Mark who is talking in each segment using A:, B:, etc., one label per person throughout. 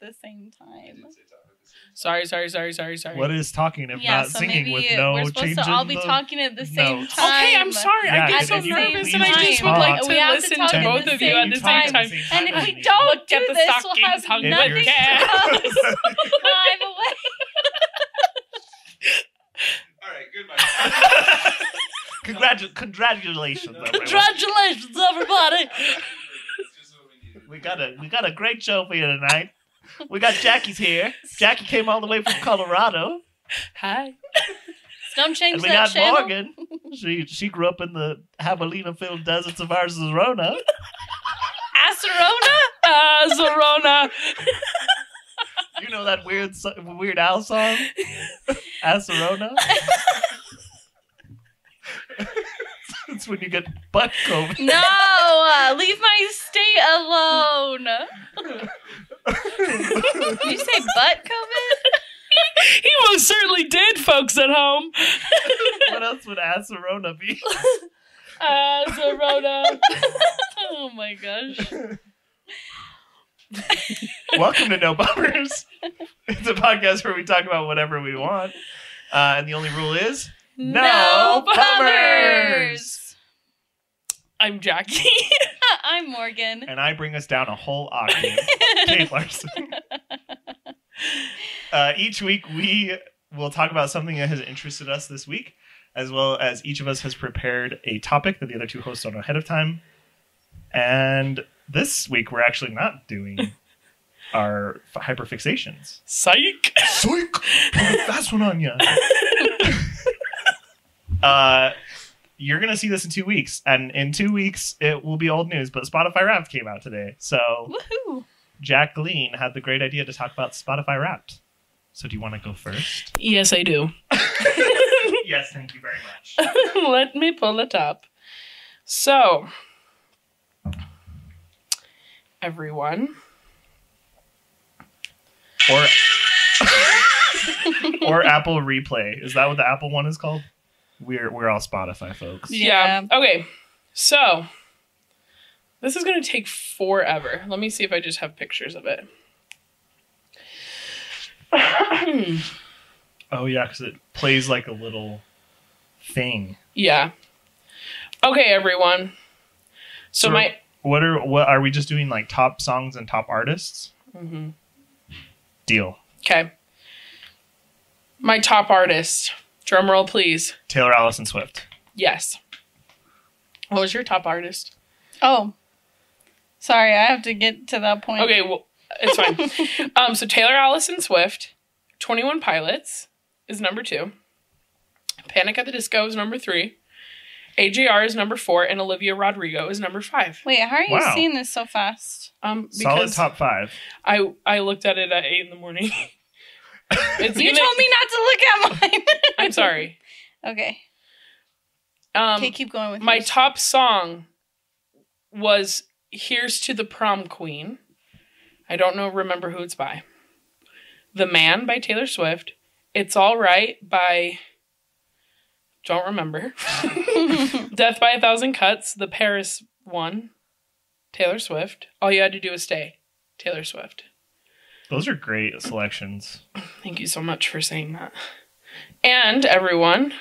A: the same time.
B: Sorry, sorry, sorry, sorry, sorry.
C: What is talking if not singing with no
A: we're supposed
C: change
A: to
C: in
A: all be
C: the-
A: talking at the same
C: notes.
A: time.
B: Okay, I'm sorry.
C: Yeah,
B: I get
C: and
B: so
C: if you
B: nervous, and I
C: please
B: just would like
C: talk-
B: to
A: We have to
B: listen
A: talk
B: to
A: at
B: both
A: the
B: of you
A: same
B: at the same
A: time.
B: time.
A: And if we
C: Anthony.
A: don't
B: Look at
A: do
B: the
A: this, we'll
B: stockings
A: have
B: hung
C: in
A: nothing
C: your
A: to
B: cat.
A: us. Climb away.
D: All right, good. Mike.
C: Congratu- congratulations, everyone.
A: Congratulations, everybody.
D: It's just what we needed.
C: We got a we got a great show for you tonight. We got Jackie's here. Jackie came all the way from Colorado,
B: Hi.
A: Don't
C: and
A: change
C: we
A: that
C: got
A: channel.
C: Morgan. She she grew up in the jabalina filled deserts of Arizona.
A: Acerona?
B: Uh, Zorona.
C: You know that weird so- Weird Al song, Arizona. It's when you get butt COVID.
A: No, uh, leave my state alone. Did you say butt COVID?
B: He most certainly did, folks at home.
C: What else would Arizona be?
B: Uh, Zorona.
A: Oh my gosh.
C: Welcome to No Bummers. It's a podcast where we talk about whatever we want, uh, and the only rule is No bummers.
B: I'm Jackie.
A: I'm Morgan.
C: and I bring us down a whole octave. Kate Larson. uh, each week we will talk about something that has interested us this week, as well as each of us has prepared a topic that the other two hosts don't know ahead of time. And this week we're actually not doing our f- hyperfixations.
B: Psych.
C: Psych! That's one on you. uh, you're gonna see this in two weeks, and in two weeks it will be old news. But Spotify Wrapped came out today, so
A: Woohoo.
C: Jacqueline had the great idea to talk about Spotify Wrapped. So do you want to go first?
B: Yes, I do.
C: yes, thank you very much.
B: Let me pull it up. So, everyone.
C: Or or Apple Replay is that what the Apple one is called? We're we're all Spotify folks.
B: Yeah. Okay. So, this is going to take forever. Let me see if I just have pictures of it.
C: Oh yeah, because it plays like a little thing.
B: Yeah. Okay, everyone. So,
C: So-
B: my.
C: What are what are we just doing like top songs and top artists?
B: Mhm.
C: Deal.
B: Okay. My top artist. Drum roll, please.
C: Taylor Allison Swift.
B: Yes. What was your top artist?
A: Oh. Sorry, I have to get to that point.
B: Okay, well, it's fine. um, so Taylor Allison Swift, Twenty One Pilots is number two. Panic at the Disco is number three. AJR is number four, and Olivia Rodrigo is number five.
A: Wait, how are you
C: Wow.
A: seeing this so fast?
B: Um, because
C: Solid top five.
B: I I looked at it at eight in the morning. it's
A: You
B: gonna-
A: told me not to look at mine.
B: I'm sorry.
A: Okay.
B: Um,
A: okay, keep going with
B: my
A: yours.
B: top song was "Here's to the Prom Queen." I don't know remember who it's by. "The Man" by Taylor Swift. "It's All Right" by don't remember. "Death by a Thousand Cuts," the Paris one, Taylor Swift. "All You Had to Do Was Stay," Taylor Swift.
C: Those are great selections.
B: Thank you so much for saying that. And everyone,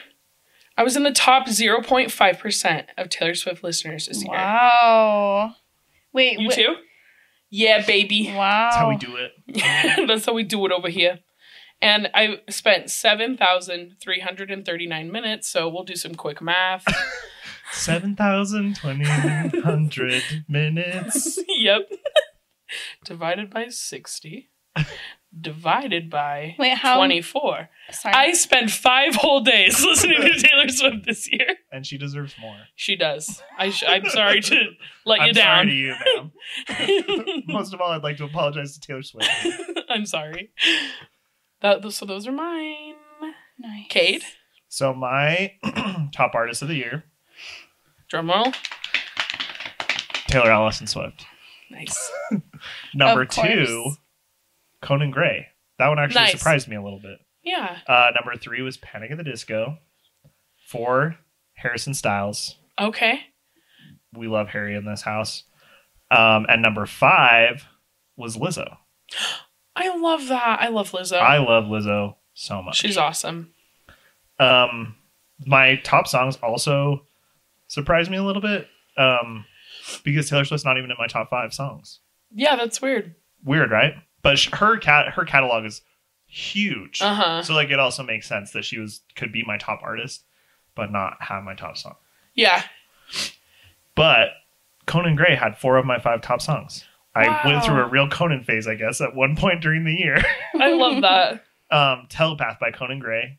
B: I was in the top 0.5% of Taylor Swift listeners this year.
A: Wow. Wait,
B: You
A: wh-
B: too? Yeah, baby.
A: Wow.
C: That's how we do it.
B: That's how we do it over here. And I spent 7,339 minutes, so we'll do some quick math.
C: Seven thousand twenty hundred minutes.
B: yep. divided by 60. Divided by
A: Wait, how?
B: 24.
A: Sorry.
B: I spent five whole days listening to Taylor Swift this year.
C: And she deserves more.
B: She does. I sh- I'm sorry to let you
C: I'm sorry
B: down.
C: to you, ma'am. Most of all, I'd like to apologize to Taylor Swift.
B: I'm sorry. That, so those are mine.
A: Nice.
B: Cade,
C: So my top artist of the year,
B: drum roll.
C: Taylor Allison Swift.
B: Nice.
C: Number
A: Of course.
C: two, Conan Gray. That one actually
B: Nice.
C: surprised me a little bit.
B: Yeah.
C: Uh, number three was Panic at the Disco. Four, Harrison Styles.
B: Okay.
C: We love Harry in this house. Um, and number five was Lizzo.
B: I love that. I love Lizzo.
C: I love Lizzo so much.
B: Oh. She's awesome.
C: Um, my top songs also surprised me a little bit um, because Taylor Swift's not even in my top five songs.
B: Yeah, that's weird.
C: Weird, right? But sh- her cat her catalog is huge,
B: Uh
A: Uh-huh.
B: huh.
C: so like it also makes sense that she was could be my top artist, but not have my top song.
B: Yeah.
C: But Conan Gray had four of my five top songs. I went
B: Wow.
C: through a real Conan phase, I guess, at one point during the year.
B: I love that.
C: um, Telepath by Conan Gray.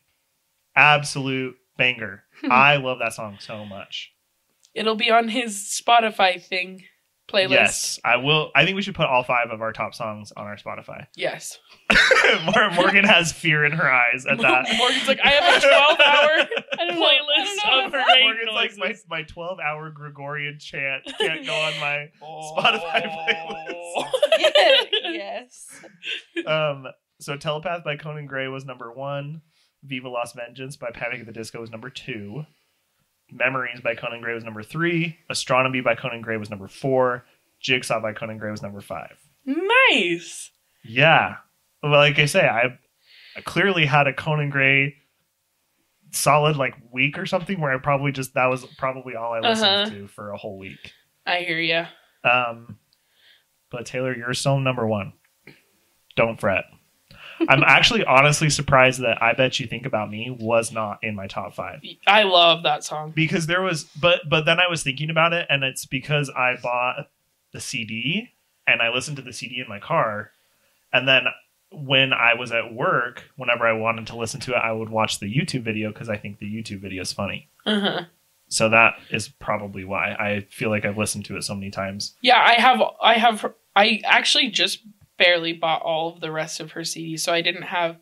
C: Absolute banger. I love that song so much.
B: It'll be on his Spotify thing playlist.
C: Yes, I will. I think we should put all five of our top songs on our Spotify.
B: Yes.
C: Mor- Morgan has fear in her eyes at that.
B: Morgan's like, I have a 12 hour
A: I don't know. I
B: playlist
A: don't
B: of
A: know.
B: her
C: Morgan's like my, my 12 hour Gregorian chant can't go on my. Spotify playlist.
A: yes.
C: Um, so Telepath by Conan Gray was number one. Viva Las Vengeance by Panic at the Disco was number two. Memories by Conan Gray was number three. Astronomy by Conan Gray was number four. Jigsaw by Conan Gray was number five.
B: Nice.
C: Yeah. Well, like I say, I I clearly had a Conan Gray solid like week or something where I probably just that was probably all I listened
B: Uh-huh.
C: to for a whole week.
B: I hear you.
C: Um, but Taylor, you're still number one. Don't fret. I'm actually honestly surprised that I bet you think about me was not in my top five
B: I love that song.
C: because there was, but but then I was thinking about it, and it's because I bought the CD and I listened to the CD in my car, and then when I was at work, whenever I wanted to listen to it, I would watch the YouTube video because I think the YouTube video is funny.
B: Uh
A: Uh-huh.
B: huh.
C: So that is probably why I feel like I've listened to it so many times.
B: Yeah, I have. I have. I actually just barely bought all of the rest of her CDs, so I didn't have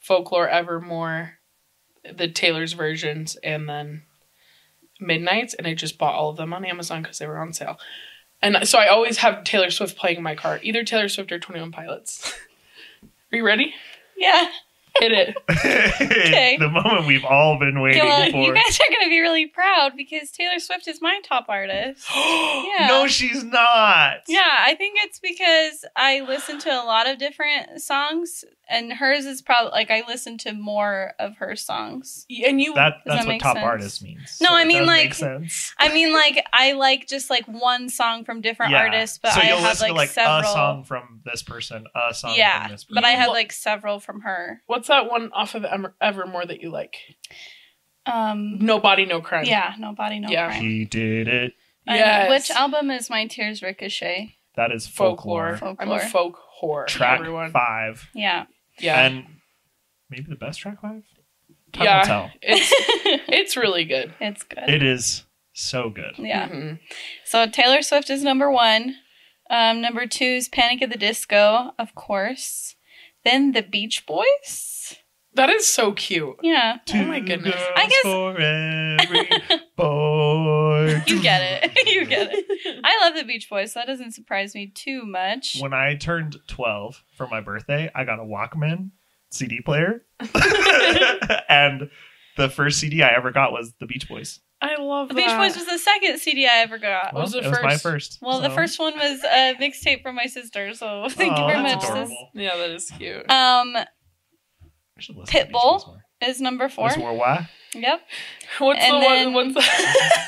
B: Folklore Evermore, the Taylor's versions, and then Midnight's, and I just bought all of them on Amazon because they were on sale. And so I always have Taylor Swift playing in my car, either Taylor Swift or Twenty One Pilots. Are you ready?
A: Yeah.
B: Hit it.
C: the moment we've all been waiting
A: Gillan,
C: for.
A: you guys are going to be really proud because Taylor Swift is my top artist. Yeah.
C: No, she's not.
A: Yeah, I think it's because I listen to a lot of different songs, and hers is probably like I listen to more of her songs.
B: And you.
C: That
A: that
C: that's what
A: make
C: top
A: sense?
C: artist means.
A: No,
C: So
A: I
C: it
A: mean,
C: does
A: like-
C: make sense.
A: I mean, like I like just like one song from different
C: Yeah.
A: artists, but
C: so
A: I
C: you'll
A: have
C: listen
A: like,
C: to like
A: several.
C: a song from this person, a song
A: yeah,
C: from this person.
A: but I have
B: Well-
A: like several from her.
B: What's that one off of Em- Evermore that you like?
A: Um,
B: No body, no crime.
A: yeah, no body, no
B: Yeah.
A: crime.
C: he did it.
A: I-
B: Yes.
A: Which album is my tears ricochet?
C: That is folklore.
B: folklore. I'm a folk whore.
C: Track
B: everyone.
C: five,
A: Yeah,
B: Yeah.
C: and maybe the best track five. Time
B: Yeah.
C: will tell.
B: It's it's really good.
A: it's good.
C: It is so good.
A: yeah.
B: Mhm.
A: So Taylor Swift is number one. Um, number two is Panic at the Disco, of course. Then the Beach Boys.
B: That is so cute.
A: Yeah.
B: Oh my
C: Two
B: goodness.
C: girls
A: I guess-
C: for every boy.
A: You get it. you get it. I love the Beach Boys, so that doesn't surprise me too much.
C: when I turned 12 for my birthday, I got a Walkman CD player. and the first CD I ever got was the Beach Boys.
B: I love
A: The Beach Boys was the second CD I ever got.
B: What was the
C: it was my
B: first?
C: first.
A: Well, the
C: so-
A: first one was a mixtape from my sister, so thank you
C: Aw,
A: very
C: that's
A: much. sis.
C: adorable.
B: yeah, that is cute.
A: Um,
C: I should listen to Beach
A: Pitbull.
C: Boys more.
A: is number four.
C: This war why?
A: Yep.
B: What's
A: and
B: the
A: then-
B: one? What's the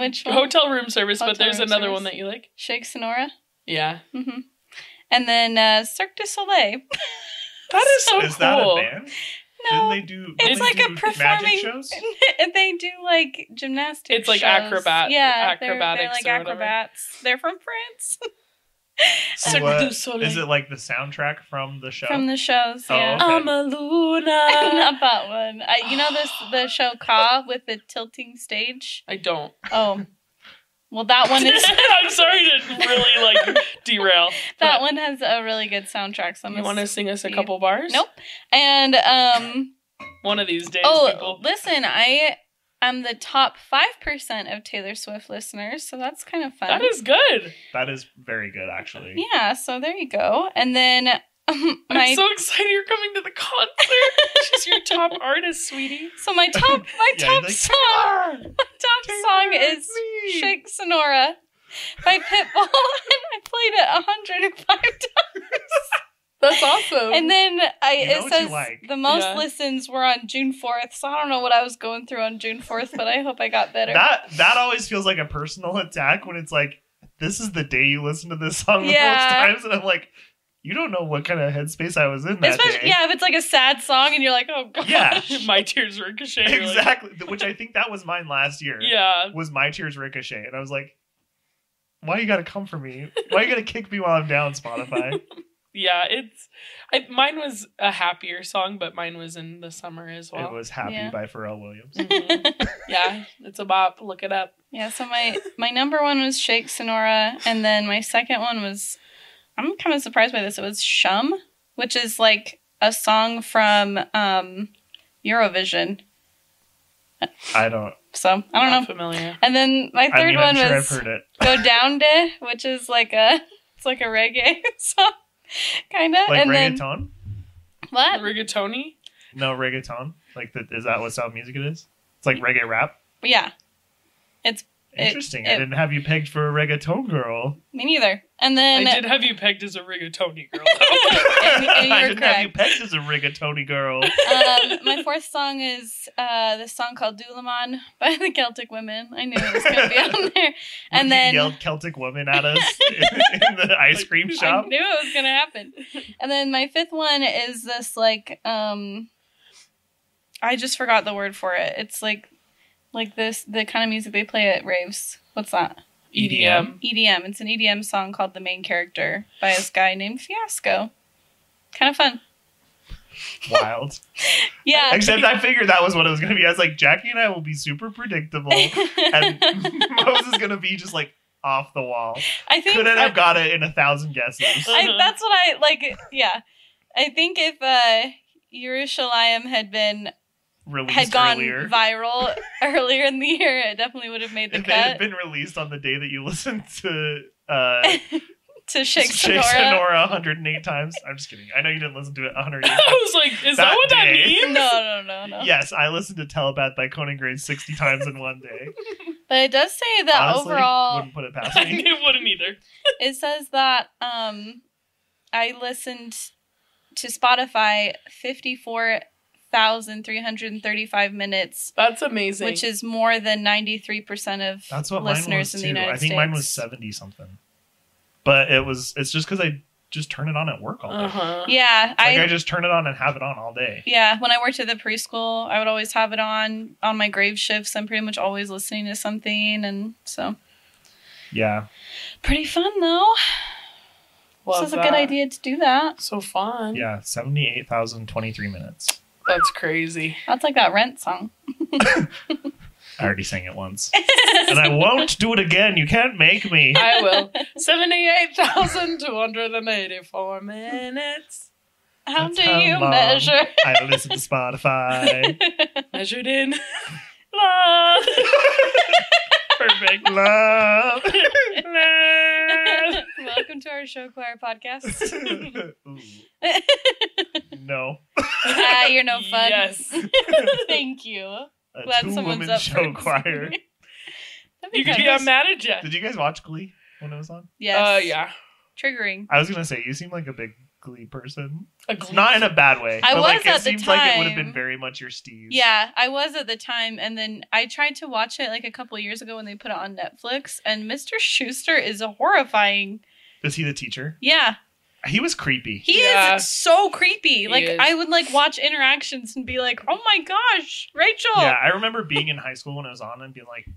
A: Which
C: Oh,
A: one?
B: hotel room service? but
A: Hotel
B: there's
A: room
B: another
A: service.
B: one that you like.
A: Shake Sonora.
B: Yeah,
A: hmm And then uh, Cirque du Soleil.
B: that is so
C: is
B: cool.
C: that a band?
A: No,
C: Didn't they do
A: it's
C: didn't they
A: like a
C: do
A: performing-
C: magic shows?
A: and they do like gymnastics.
B: It's like
A: shows.
B: acrobat-
A: Yeah, they're- They're,
B: acrobatics
A: like
B: or whatever.
A: acrobats. They're from France.
B: Cirque
C: What-
B: du Soleil.
C: Is it like the soundtrack from the show?
A: From the shows.
C: Oh,
A: Yeah.
C: okay.
B: I'm a Luna.
A: Not that one. I, you know this the show Ka with the tilting stage.
B: I don't.
A: Oh, well that one is
B: I'm sorry to really like derail.
A: that one has a really good soundtrack. So I'm
B: You want to
A: gonna-
B: sing us a couple bars?
A: Nope. And um
B: One of these days,
A: oh
B: people.
A: listen, I am the top five percent of Taylor Swift listeners, so that's kind of fun.
B: That is good.
C: that is very good actually.
A: Yeah, so there you go. And then um, my
B: I'm so excited you're coming to the concert. She's your top artist, sweetie.
A: so my top my
C: Yeah,
A: top
C: like- "Ah,
A: song top
C: Taylor,
A: song is
C: it's me.
A: Shake Sonora by Pitbull and I played it 105 times.
B: That's awesome.
A: And then I
C: Oh, You know
A: it
C: what you
A: says
C: like.
A: the most
B: Yeah.
A: listens were on June 4th, so I don't know what I was going through on June 4th, but I hope I got better.
C: That that always feels like a personal attack when it's like, this is the day you listen to this song
A: Yeah.
C: the most times, and I'm like, you don't know what kind of headspace I was in that
A: Especially
C: day.
A: yeah, if it's like a sad song and you're like, oh god.
C: Yeah.
B: My tears ricochet. really.
C: exactly. Which I think that was mine last year.
B: Yeah.
C: Was my tears ricochet, and I was like, why you gotta come for me? Why you gotta kick me while I'm down, Spotify?
B: Yeah. It's. I, mine was a happier song, but mine was in the summer as well.
C: it was Happy
A: Yeah. Mm.
C: by Pharrell Williams.
B: Mhm. yeah. It's a bop. Look it up.
A: Yeah, so my my number one was Shake Sonora, and then my second one was I'm kind of surprised by this. It was Shum, which is like a song from um Eurovision.
C: I don't.
A: So I don't
B: Not
A: know.
B: Familiar.
A: And then my
C: I
A: third
C: mean, I'm
A: one
C: sure I've
A: was
C: heard it.
A: Go Down De, which is like a it's like a reggae song, kind of.
C: Like
A: and
C: reggaeton.
A: then what?
B: Rigatoni.
C: No reggaeton. Like the, is that what sound music it is? It's like reggae rap.
A: Yeah, It-
C: Interesting. I
A: it-
C: didn't have you pegged for a reggaeton girl.
A: me neither. And then
B: I did have you pegged as a rigatoni girl.
A: and- and you
C: I
A: were
C: didn't have you
A: correct.
C: pegged as a rigatoni girl.
A: um, my fourth song is uh, this song called Dulamon by the Celtic Women. I knew it was going to be on there.
C: When
A: And then
C: you yelled Celtic woman at us in the ice cream
A: I
C: shop.
A: knew it was going to happen. And then my fifth one is this like um I just forgot the word for it. It's like like this the kind of music they play at raves. What's that?
B: EDM.
A: EDM. It's an EDM song called The Main Character by this guy named Fiasco. Kind of fun.
C: E Wild.
A: Yeah.
C: Except I figured that was what it was going to be. I was like, Jackie and I will be super predictable, and Mose is going to be just like off the wall.
A: I think
C: Couldn't have got it in a thousand guesses.
A: I, that's what I like. Yeah, I think if uh, Yerushalayim had been
C: Released
A: had gone
C: earlier.
A: viral earlier in the year, it definitely would have made the
C: if it
A: cut
C: had been released on the day that you listened to uh,
A: to Shake
C: Shake Sonora.
A: Sonora.
C: 108 times, I'm just kidding. I know you didn't listen to it
B: I
C: 108 times.
B: was like, is that,
C: That
B: what that
C: day.
B: means?
A: No, no, no, no.
C: Yes, I listened to Telepath by Conan Gray 60 times in one day.
A: But it does say that
C: Honestly,
A: overall,
C: wouldn't put it past me.
B: I wouldn't either.
A: it says that um, I listened to Spotify fifty four thousand three hundred thirty five minutes.
B: That's amazing.
A: Which is more than ninety three percent of
C: That's what mine was
A: listeners
C: too.
A: in the United
C: I think
A: States.
C: mine was 70 something. But it was it's just cuz I just turn it on at work all day.
B: Uh
A: Uh-huh.
B: huh.
A: Yeah,
C: Like I, just turn it on and have it on all day.
A: Yeah, when I worked at the preschool, I would always have it on on my grave shifts. I'm pretty much always listening to something, and so
C: Yeah.
A: pretty fun though.
B: Love
A: this is a
B: that.
A: good idea to do that.
B: So fun.
C: Yeah, 78,023 minutes.
B: That's crazy.
A: That's like that rent song.
C: I already sang it once. and I won't do it again. You can't make me.
B: I will. 78,284 minutes.
A: How
C: That's
A: do
C: how
A: you
C: long
A: measure?
C: I listen to Spotify.
B: Measured in love.
C: Perfect love.
A: Welcome to our show choir podcast.
C: Ooh. no.
A: ah, you're no fun.
B: Yes.
A: Thank you.
C: A
A: Glad
C: two
A: someone's
C: woman
A: up
C: show
A: for
C: choir.
A: That'd be
B: You could
A: kinda-
B: be on Manager.
C: Did you guys watch Glee when it was on?
A: Yes.
B: Oh, yeah.
A: Triggering.
C: I was gonna say you seem like a big Glee person,
B: A glee-
C: not in a bad way.
A: I
C: but like,
A: was at
C: it
A: the
C: seems like it would have been
A: time.
C: very much your Steve.
A: Yeah, I was at the time, and then I tried to watch it like a couple years ago when they put it on Netflix, and Mr. Schuster is horrifying.
C: Is he the teacher?
A: Yeah,
C: He was creepy.
A: he
B: Yeah.
A: is so creepy. Like
B: is.
A: I would like watch interactions and be like, "Oh my gosh, Rachel!"
C: Yeah, I remember being in high school when it was on and being like,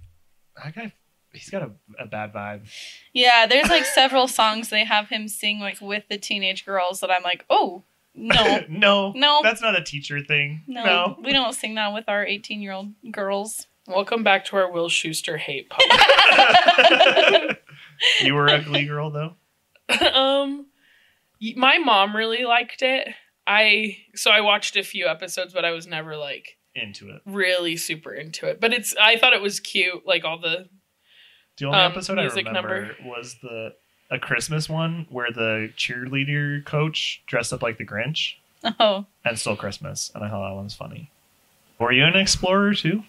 C: "That guy, he's got a, a bad vibe."
A: Yeah, there's like several songs they have him sing like with the teenage girls that I'm like, "Oh no,
C: no,
A: No.
C: that's not a teacher thing.
A: no,
C: no.
A: we don't sing that with our 18 year old girls."
B: Welcome back to our Will Schuster hate
C: you were a Glee girl though.
B: podcast. um, y- my mom really liked it. I so I watched a few episodes, but I was never like
C: Into it.
B: really super into it. But it's I thought it was cute, like all the
C: The only
B: Um,
C: episode I
B: music
C: remember was the a Christmas one where the cheerleader coach dressed up like the Grinch.
A: Oh,
C: and Still Christmas, and I thought that one was funny. Were you an explorer too?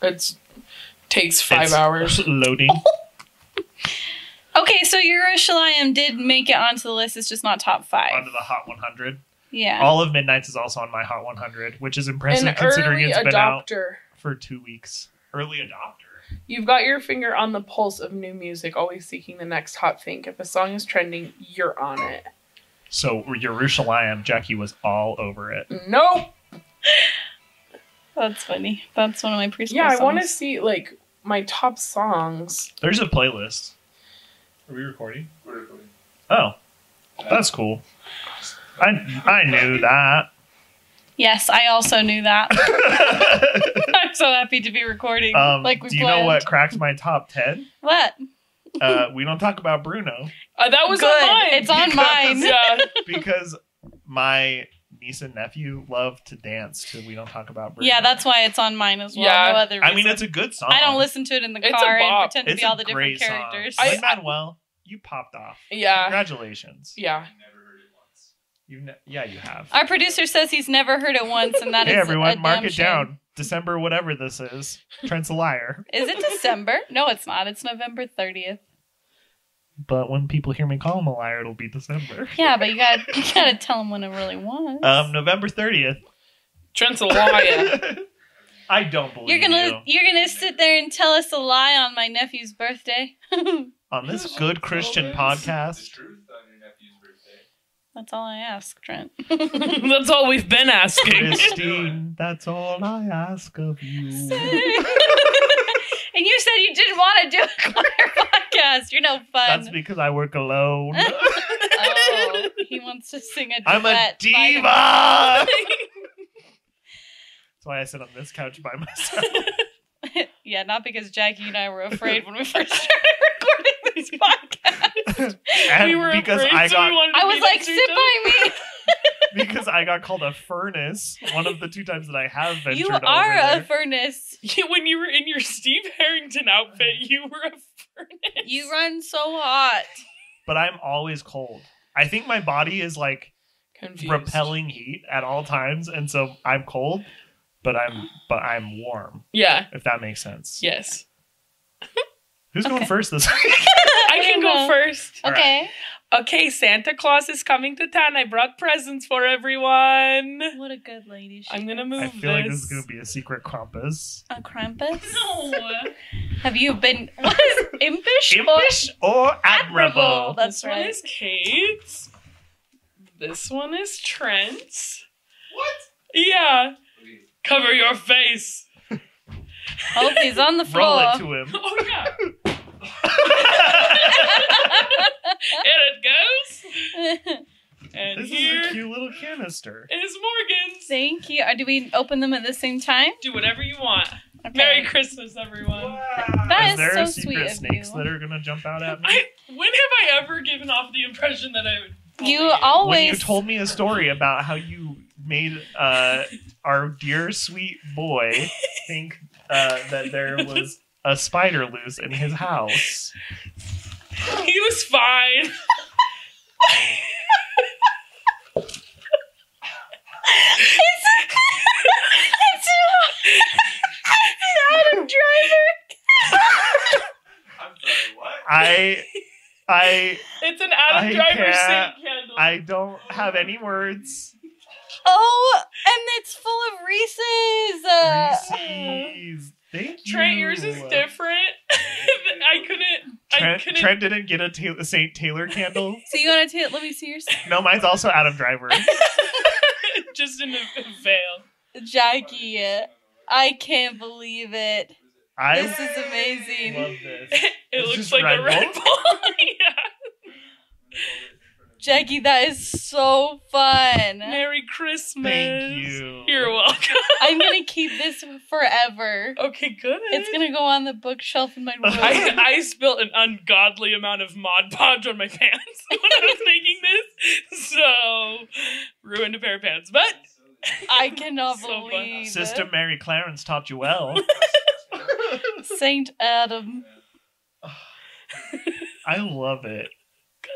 B: it's takes five
C: It's
B: hours.
C: Loading.
A: Okay, so Yerushalayim did make it onto the list. It's just not top five.
C: onto the Hot 100.
A: yeah.
C: All of Midnight's is also on my Hot 100, which is impressive
B: An
C: considering
B: early
C: it's been out
B: adopter.
C: for two weeks. Early adopter.
B: You've got your finger on the pulse of new music, always seeking the next hot thing. If a song is trending, you're on it.
C: So Yerushalayim, Jackie was all over it.
B: Nope.
A: That's funny. That's one of my preschool
B: Yeah, I want to
A: songs.
B: see like my top songs.
C: There's a playlist. Are we recording?
D: We're recording.
C: Oh, that's cool. I I knew that.
A: Yes, I also knew that. I'm so happy to be recording.
C: um,
A: like we
C: do you
A: planned.
C: know what cracked my top ten?
A: What?
C: Uh, we don't talk about Bruno
B: Uh, that was
A: Good.
B: on mine.
A: It's on mine.
B: yeah.
C: because my niece and nephew love to dance to "We Don't Talk About Bruno."
A: Yeah, that's why it's on mine as well.
B: Yeah.
A: No other reason.
C: I mean, it's a good song.
A: I don't listen to it in the
B: It's a
A: car and
B: bop.
A: pretend to
C: It's
A: be
C: a
A: all the different
C: great song.
A: characters.
C: Lin
B: I- Uh,
C: Manuel, you popped off.
B: Yeah.
C: Congratulations.
B: Yeah.
D: I never heard it once.
C: You ne- yeah, you have.
A: Our producer says he's never heard it once, and that is
C: hey everyone,
A: a
C: mark
A: damn
C: it
A: shame.
C: down. December, whatever this is. Trent's a liar.
A: Is it December? No, it's not. It's November 30th.
C: But when people hear me call him a liar, it'll be December.
A: Yeah, but you got you gotta tell him when it really was.
C: Um, November thirtieth.
B: Trent's a liar.
C: I don't believe
A: you're gonna you. are gonna sit there and tell us a lie on my nephew's birthday.
C: on this good Christian
D: The
C: podcast.
D: truth on your nephew's birthday.
A: That's all I ask, Trent.
B: That's all we've been asking.
C: Christine, that's all I ask of you.
A: and you said you didn't want to do a choir podcast. You're no fun.
C: That's because I work alone.
A: oh, he wants to sing a duet.
C: I'm a
A: by
C: diva.
A: himself.
C: That's why I sit on this couch by myself.
A: yeah, not because Jackie and I were afraid when we first started recording this podcast.
C: And
B: we were
C: because
B: afraid,
C: I
B: so we
C: got
B: wanted to
A: I
B: be
A: was like,
B: next to each
A: sit by me.
C: because I got called a furnace one of the two times that I have ventured
A: You
C: over
A: are a
C: there.
A: furnace.
B: other. When you were in your Steve Harrington outfit, you were a furnace.
A: You run so hot.
C: but I'm always cold. I think my body is like
B: Confused.
C: repelling heat at all times, and so I'm cold, but I'm but I'm warm.
B: Yeah.
C: If that makes sense.
B: Yes.
C: Who's going
A: Okay.
C: first this
B: I can go first.
C: All right.
A: Okay.
B: Okay, Santa Claus is coming to town. I brought presents for everyone.
A: What a good lady she
B: I'm gonna
A: is.
B: move.
C: I feel like this is
B: this.
C: going to be a secret compass.
A: A Krampus?
B: No.
A: Have you been. What is impish? or-
C: Impish or admirable?
A: That's
B: this
A: right.
B: one is Kate's. This one is Trent's.
D: What?
B: Yeah.
D: Okay.
B: Cover your face.
A: Oh, he's on the
C: Roll
A: floor.
C: it to him.
B: Oh yeah. Here it goes. And
C: this
B: here
C: is a cute little canister.
B: is Morgan's.
A: Thank you. Uh, Do we open them at the same time?
B: Do whatever you want.
A: Okay.
B: Merry Christmas, everyone.
D: Wow.
A: That
C: Is
A: is
C: there
A: so
C: a secret
A: sweet
C: snakes
A: of you.
C: that are going to jump out at me?
B: I when have I ever given off the impression that I would bully
A: You always.
C: when you told me a story about how you made uh, our dear sweet boy think uh, that there was a spider loose in his house.
B: He was fine.
A: It's, it's, it's Adam Driver.
D: I'm sorry, what?
C: I, I,
B: It's an Adam
C: I
B: Driver
C: can't-
B: saint candle.
C: I don't have any words.
A: Oh, and it's full of Reese's. Uh,
C: Reese's. Thank you.
B: Trent, yours is different. I couldn't. I
C: Trent,
B: couldn't.
C: Trent didn't get a Ta- St. Taylor candle.
A: So you want to take? Let me see yours.
C: No, mine's also Adam Driver.
B: just in a veil.
A: Jackie, I can't believe it.
C: I
A: This is amazing.
C: love this.
B: It
C: It's
B: looks
C: just
B: like
C: Red
B: a Red
C: Bull?
B: Bull. yeah.
A: Jackie, that is so fun.
B: Merry Christmas.
C: Thank you.
B: You're welcome.
A: I'm gonna keep this forever.
B: Okay, good.
A: It's gonna go on the bookshelf in my room.
B: I, I spilled an ungodly amount of Mod Podge on my pants when I was making this, so ruined a pair of pants. But
A: I cannot
B: So fun.
A: believe it.
C: Sister Mary Clarence taught you well.
A: Saint Adam.
C: I love it.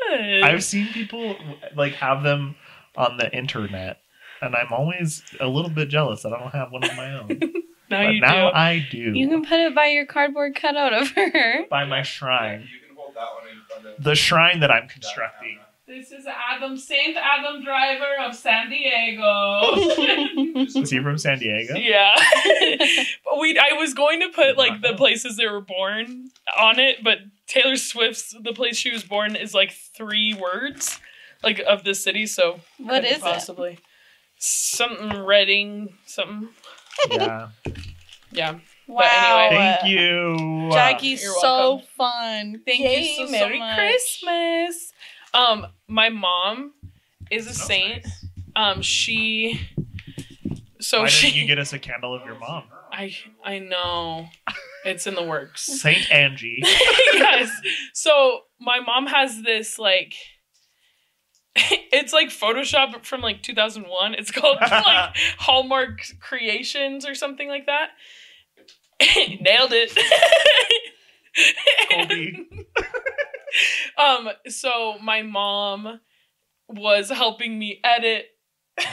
B: good.
C: I've seen people like have them on the internet, and I'm always a little bit jealous that I don't have one of my own.
B: now
C: but
B: you
C: now
B: do.
C: I do.
A: You can put it by your cardboard cutout of her.
C: by my
D: Fine.
C: shrine.
D: You can hold that one and
C: the shrine that I'm constructing.
B: This is Adam Saint Adam Driver of San Diego.
C: Is he from San Diego?
B: yeah, but we I was going to put like the places they were born on it, but Taylor Swift's the place she was born is like three words, like of the city. So
A: What
B: couldn't
A: is it?
B: possibly something Reading something?
C: Yeah.
B: Yeah,
A: Wow.
B: anyway.
C: Thank you. uh,
A: Jackie,
B: You're
A: so
B: welcome.
A: fun. Thank
B: Yay,
A: you so,
B: Merry
A: so much.
B: Christmas. Um, my mom is a
C: Smells
B: saint. Um, she. So
A: oh,
C: Why
B: she.
C: didn't you get us a candle of your mom?
B: I I know, it's in the works.
C: Saint Angie.
B: yes. So my mom has this like it's like Photoshop from like 2001. It's called like Hallmark Creations or something like that. Nailed it.
C: Colby.
B: um so my mom was helping me edit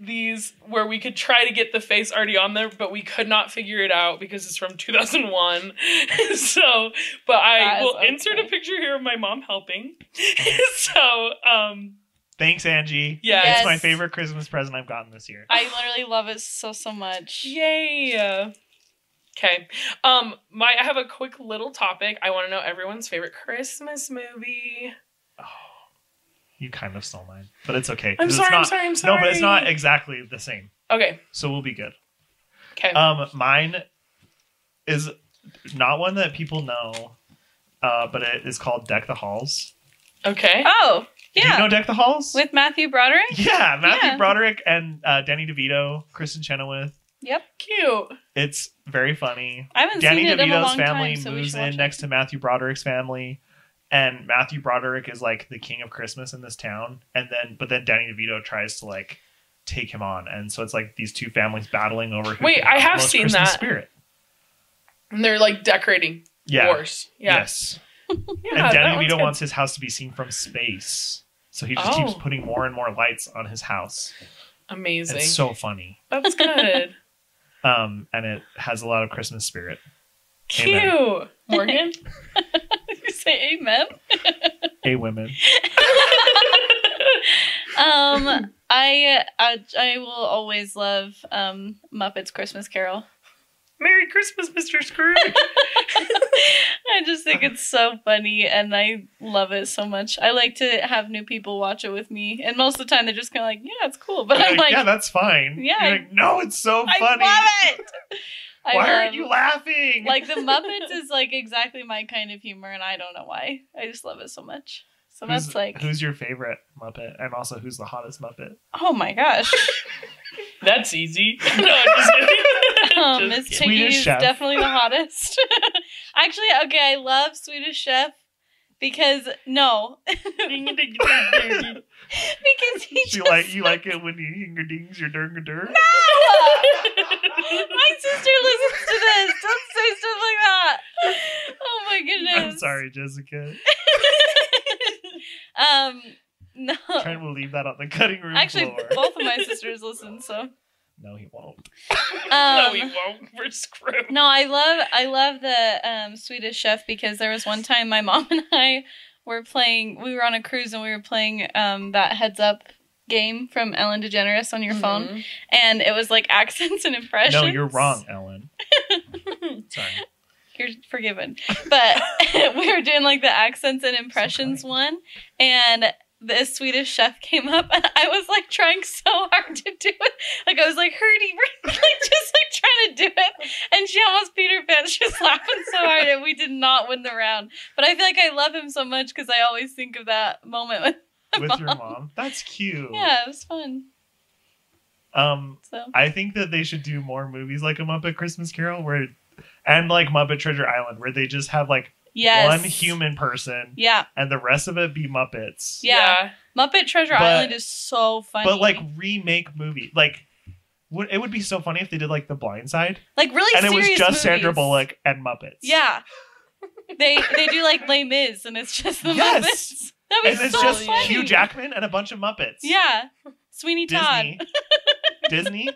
B: these where we could try to get the face already on there but we could not figure it out because it's from 2001 so but
A: That
B: i
A: is
B: will insert a
A: okay.
B: picture here of my mom helping so um
C: Thanks, Angie.
B: yeah
A: Yes.
C: It's my favorite Christmas present I've gotten this year.
A: I literally love it so so much.
B: Yay. Okay. Um my I have a quick little topic. I want to know everyone's favorite Christmas movie.
C: You kind of stole mine, but it's okay. 'cause
B: I'm
C: it's
B: sorry, I'm
C: not-
B: sorry, I'm sorry.
C: No, but it's not exactly the same,
B: Okay.
C: so we'll be good.
B: Okay.
C: Um, mine is not one that people know, uh, but it is called Deck the Halls.
B: okay.
A: Oh,
C: Do you
A: yeah.
C: know Deck the Halls?
A: With Matthew Broderick?
C: yeah, Matthew
A: Yeah.
C: Broderick and uh, Danny DeVito, Kristen Chenoweth.
A: Yep.
B: Cute.
C: It's very funny.
A: I haven't
C: Danny
A: seen it in a
C: DeVito's
A: long
C: family
A: time, so we
C: moves
A: should watch
C: in
A: it.
C: next to Matthew Broderick's family, and Matthew Broderick is like the king of Christmas in this town. And then, but then Danny DeVito tries to like take him on, and so it's like these two families battling over. Who
B: Wait,
C: can
B: I
C: the
B: have
C: most
B: seen
C: Christmas
B: that.
C: spirit.
B: And they're like decorating
C: Yeah.
B: wars. Yeah.
C: Yes.
B: yeah
C: And
B: that
C: Danny
B: one's
C: DeVito
B: good.
C: wants his house to be seen from space, so he just
B: Oh.
C: keeps putting more and more lights on his house.
B: amazing.
C: It's so funny,
B: That's good.
C: um, and it has a lot of Christmas spirit.
B: Cute.
C: Amen.
B: Morgan?
A: You say amen.
C: Hey, women.
A: Um, I, I I will always love um Muppets Christmas Carol.
B: Merry Christmas, Mr. Scrooge.
A: I just think it's so funny and I love it so much. I like to have new people watch it with me, and most of the time they're just kind of like, "Yeah, it's cool," but
C: You're
A: I'm
C: like,
A: like,
C: yeah, that's fine.
A: Yeah.
C: You're like, no, it's so
A: "I
C: funny.
A: love it." I
C: Why
A: love,
C: aren't you laughing?
A: like the Muppets is like exactly my kind of humor, and I don't know why. I just love it so much. So
C: who's,
A: that's like,
C: who's your favorite Muppet, and also who's the hottest Muppet?
A: oh my gosh,
B: That's easy. No, I'm just kidding.
A: um, Miss
B: Just kidding.
C: kidding.
A: Piggy
C: Swedish
A: is
C: Chef.
A: definitely the hottest. Actually, okay, I love Swedish Chef because no, because he
C: She
A: just
C: like you like it when you hinger dings your derg derg.
A: My sister listens to this. Don't say stuff like that. Oh my goodness.
C: I'm sorry, Jessica.
A: um, no.
C: Trying to leave that on the cutting room
A: Actually,
C: floor.
A: both of my sisters listen. So, um,
C: No, he won't.
B: no, we won't. We're screwed.
A: No, I love I love the um, Swedish Chef because there was one time my mom and I were playing. We were on a cruise and we were playing um, that heads up game from Ellen DeGeneres on your phone,
B: Mm-hmm.
A: and it was like accents and impressions.
C: Mm-hmm. No, you're wrong, Ellen. sorry.
A: You're forgiven. But we were doing like the accents and impressions
C: funny.
A: one, and the Swedish chef came up, and I was like trying so hard to do it. Like I was like hurdy, like just like trying to do it, and she almost beat her pants. She was laughing so hard, and we did not win the round. But I feel like I love him so much because I always think of that moment. With,
C: With your mom. That's cute.
A: yeah, it was fun.
C: Um,
A: So
C: I think that they should do more movies like a Muppet Christmas Carol where and like Muppet Treasure Island where they just have like
A: yes,
C: one human person
A: Yeah,
C: and the rest of it be Muppets.
A: Yeah. Muppet Treasure
C: But-
A: Island is so funny.
C: But like remake movie. Like would it would be so funny if they did like The Blind Side
A: like really,
C: and it was
A: serious
C: just Sandra
A: movies.
C: Bullock and Muppets.
A: Yeah. They they do like Les Mis and it's just the
C: Yes.
A: Muppets. That
C: And
A: was
C: it's
A: so
C: just
A: funny.
C: Hugh Jackman and a bunch of Muppets.
A: Yeah. Sweeney Todd.
C: Disney. Disney.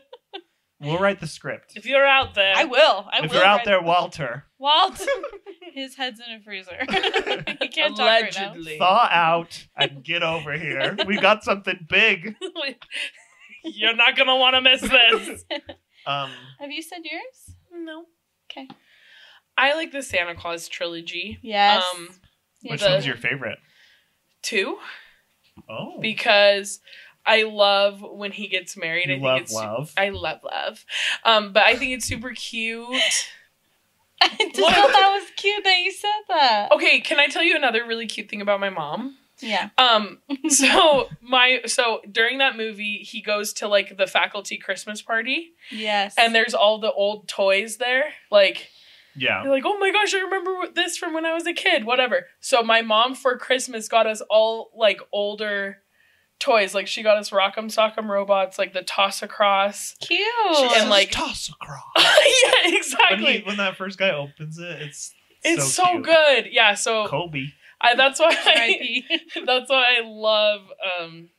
C: We'll write the script.
B: If you're out there,
A: I will. I
C: if
A: will.
C: you're out
A: write-
C: there, Walter,
A: Walt, his head's in a freezer. he can't talk right now.
B: allegedly.
C: thaw out and get over here. We got something big.
B: you're not gonna want to miss this.
C: Um,
A: Have you said yours?
B: no.
A: 'Kay.
B: I like the Santa Claus trilogy.
A: Yes.
B: Um,
A: Yeah.
C: which
B: The-
C: one's your favorite?
B: two
C: Oh,
B: because I love when he gets married. I
C: you
B: think
C: love
B: it's
C: love.
B: I love love. Um, but I think it's super cute.
A: I just thought that was cute that you said that.
B: Okay, can I tell you another really cute thing about my mom?
A: Yeah.
B: Um, so my so during that movie, he goes to like the faculty Christmas party,
A: Yes.
B: and there's all the old toys there. Like
C: yeah.
B: you're like, oh my gosh, I remember what- this from when I was a kid. Whatever. So my mom for Christmas got us all like older toys. Like she got us Rock'em Sock'em robots, like the toss across.
A: cute.
B: and, like-
C: toss across.
B: yeah,
C: When,
B: exactly.
C: he, when that first guy opens it, it's
B: it's so,
C: cute.
B: good. Yeah. So
C: Kobe.
B: I, that's why I,
A: R.I.P.
B: that's why I love um,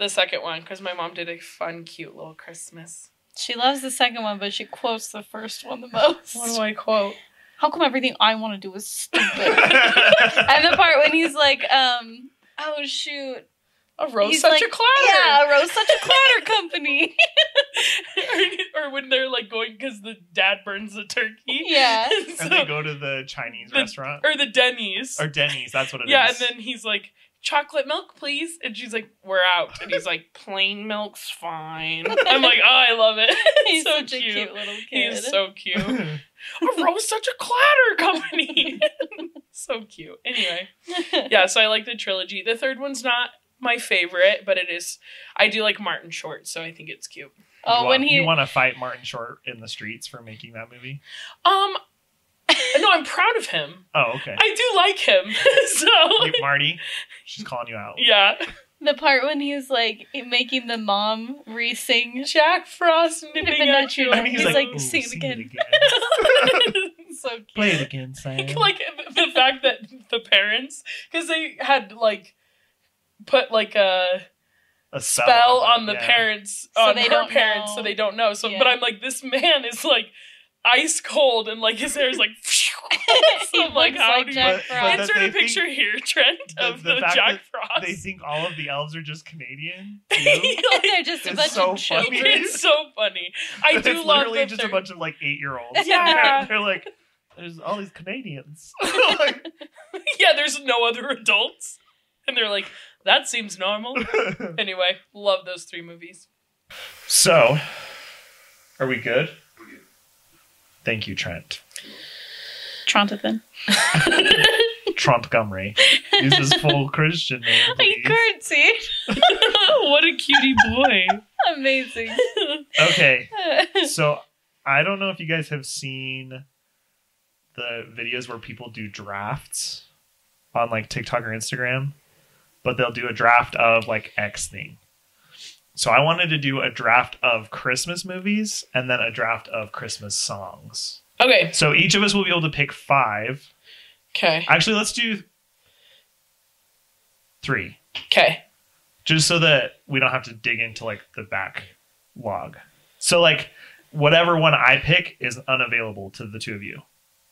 B: the second one because my mom did a fun, cute little Christmas.
A: she loves the second one, but she quotes the first one the most.
B: What do I quote?
A: How come everything I want to do is stupid? and the part when he's like, um, oh shoot,
B: A rose
A: He's
B: such
A: like,
B: a clatter.
A: yeah, Rose, such a clatter company.
B: or, or when they're like going because the dad burns the turkey.
A: Yeah.
B: And
C: and
B: so-
C: they go to the Chinese
B: The-
C: restaurant
B: or the Denny's.
C: or Denny's. That's what it is.
B: yeah, and then he's like, chocolate milk, please. And she's like, we're out. And he's like, plain milk's fine. I'm like, oh, I love it.
A: He's
B: so
A: such a
B: cute.
A: cute little kid.
B: He's so cute. a rose such a clatter company. so cute. Anyway. Yeah, so I like the trilogy. The third one's not my favorite, but it is I do like Martin Short, so I think it's cute.
A: oh,
C: you want,
A: when he
C: you want to fight Martin Short in the streets for making that movie?
B: Um no, I'm proud of him.
C: Oh, okay.
B: I do like him. so
C: You- Marty, she's calling you out.
B: Yeah.
A: the part when he's like making the mom re-sing.
B: Jack Frost nipping
A: Nipping
B: at
A: at
B: you.
A: you.
C: And he's,
A: He's
C: like,
A: like,
C: "Ooh,
A: sing it again."
B: so cute.
C: Play it again, Sam.
B: like the fact that the parents because they had like put like a
C: A spell,
B: spell on the
C: yeah.
B: parents
A: So
B: on
A: they
B: her
A: don't
B: parents
A: know.
B: so they don't know so but
A: Yeah.
B: i'm like this man is like ice cold and like his hair is like
A: he
B: so I'm like
A: looks
B: how
A: like
B: do
A: Jack
C: But- but
B: you
A: Frost.
C: that
B: insert
C: they
B: a picture here trent
C: the-
B: of
C: the
B: the,
C: fact
B: jack
C: They
B: frost
C: think all of the elves are just Canadian. Too.
A: They're just a
C: It's
A: bunch
C: so
A: of children.
C: funny.
B: it's so funny i do
C: it's
B: love
C: literally
B: the
C: just a
B: third-
C: bunch of like eight year olds.
B: Yeah.
C: they're like, there's all these Canadians. Like,
B: yeah there's no other adults and they're like that seems normal anyway love those three movies
C: so, are we good? Thank you, Trent.
A: Trontothan.
C: Trump Gumry. Use his full Christian name.
A: He
C: please.
A: curtsy.
B: what a cutie boy
A: Amazing.
C: Okay, so I don't know if you guys have seen the videos where people do drafts on like TikTok or Instagram, but they'll do a draft of like X thing. So I wanted to do a draft of Christmas movies and then a draft of Christmas songs.
B: okay
C: So each of us will be able to pick five.
B: okay
C: Actually, let's do three,
B: okay
C: just so that we don't have to dig into like the back log. So like whatever one I pick is unavailable to the two of you.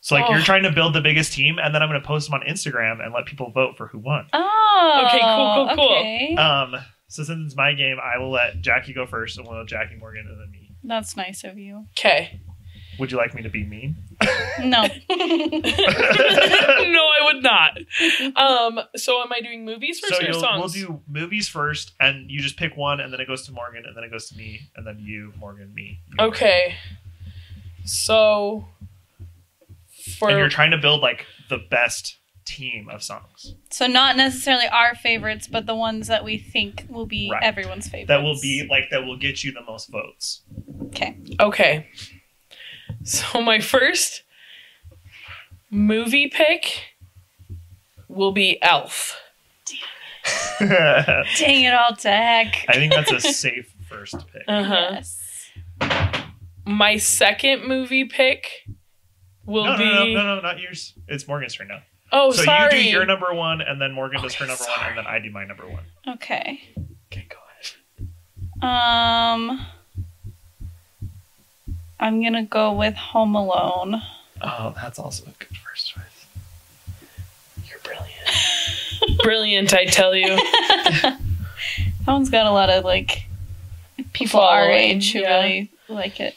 C: So like
B: Oh.
C: you're trying to build the biggest team, and then I'm going to post them on Instagram and let people vote for who won.
A: Oh.
B: Okay, cool, cool, cool.
A: okay.
C: Um, so since it's my game, I will let Jackie go first, and we'll let Jackie Morgan and then me.
A: That's nice of you.
B: okay
C: Would you like me to be mean?
A: No.
B: no, I would not. Um, so am I doing movies first
C: so
B: or
C: you'll,
B: songs?
C: we'll do movies first, and you just pick one, and then it goes to Morgan, and then it goes to me, and then you, Morgan, me. you, Morgan.
B: okay. So for
C: and you're trying to build like the best team of songs
A: so not necessarily our favorites, but the ones that we think will be
C: Right.
A: everyone's favorites.
C: that will be like that will get you the most votes.
A: Okay.
B: okay. So my first movie pick will be Elf.
C: I
A: Dang it all to heck.
C: think that's a safe first pick.
B: Uh
A: Uh-huh.
B: huh.
A: Yes.
B: My second movie pick will
C: No, no,
B: be
C: no, no, no, not yours. It's Morgan's turn now.
B: oh
C: so
B: sorry.
C: you do your number one, and then Morgan does her
B: Okay,
C: number one, and then I do my number one.
A: Okay.
B: okay, go ahead.
A: Um I'm gonna go with Home Alone.
C: Oh, that's also a good first choice. You're brilliant.
B: Brilliant, I tell you.
A: that one's got a lot of like people our
B: Following,
A: age who
B: yeah.
A: really like it.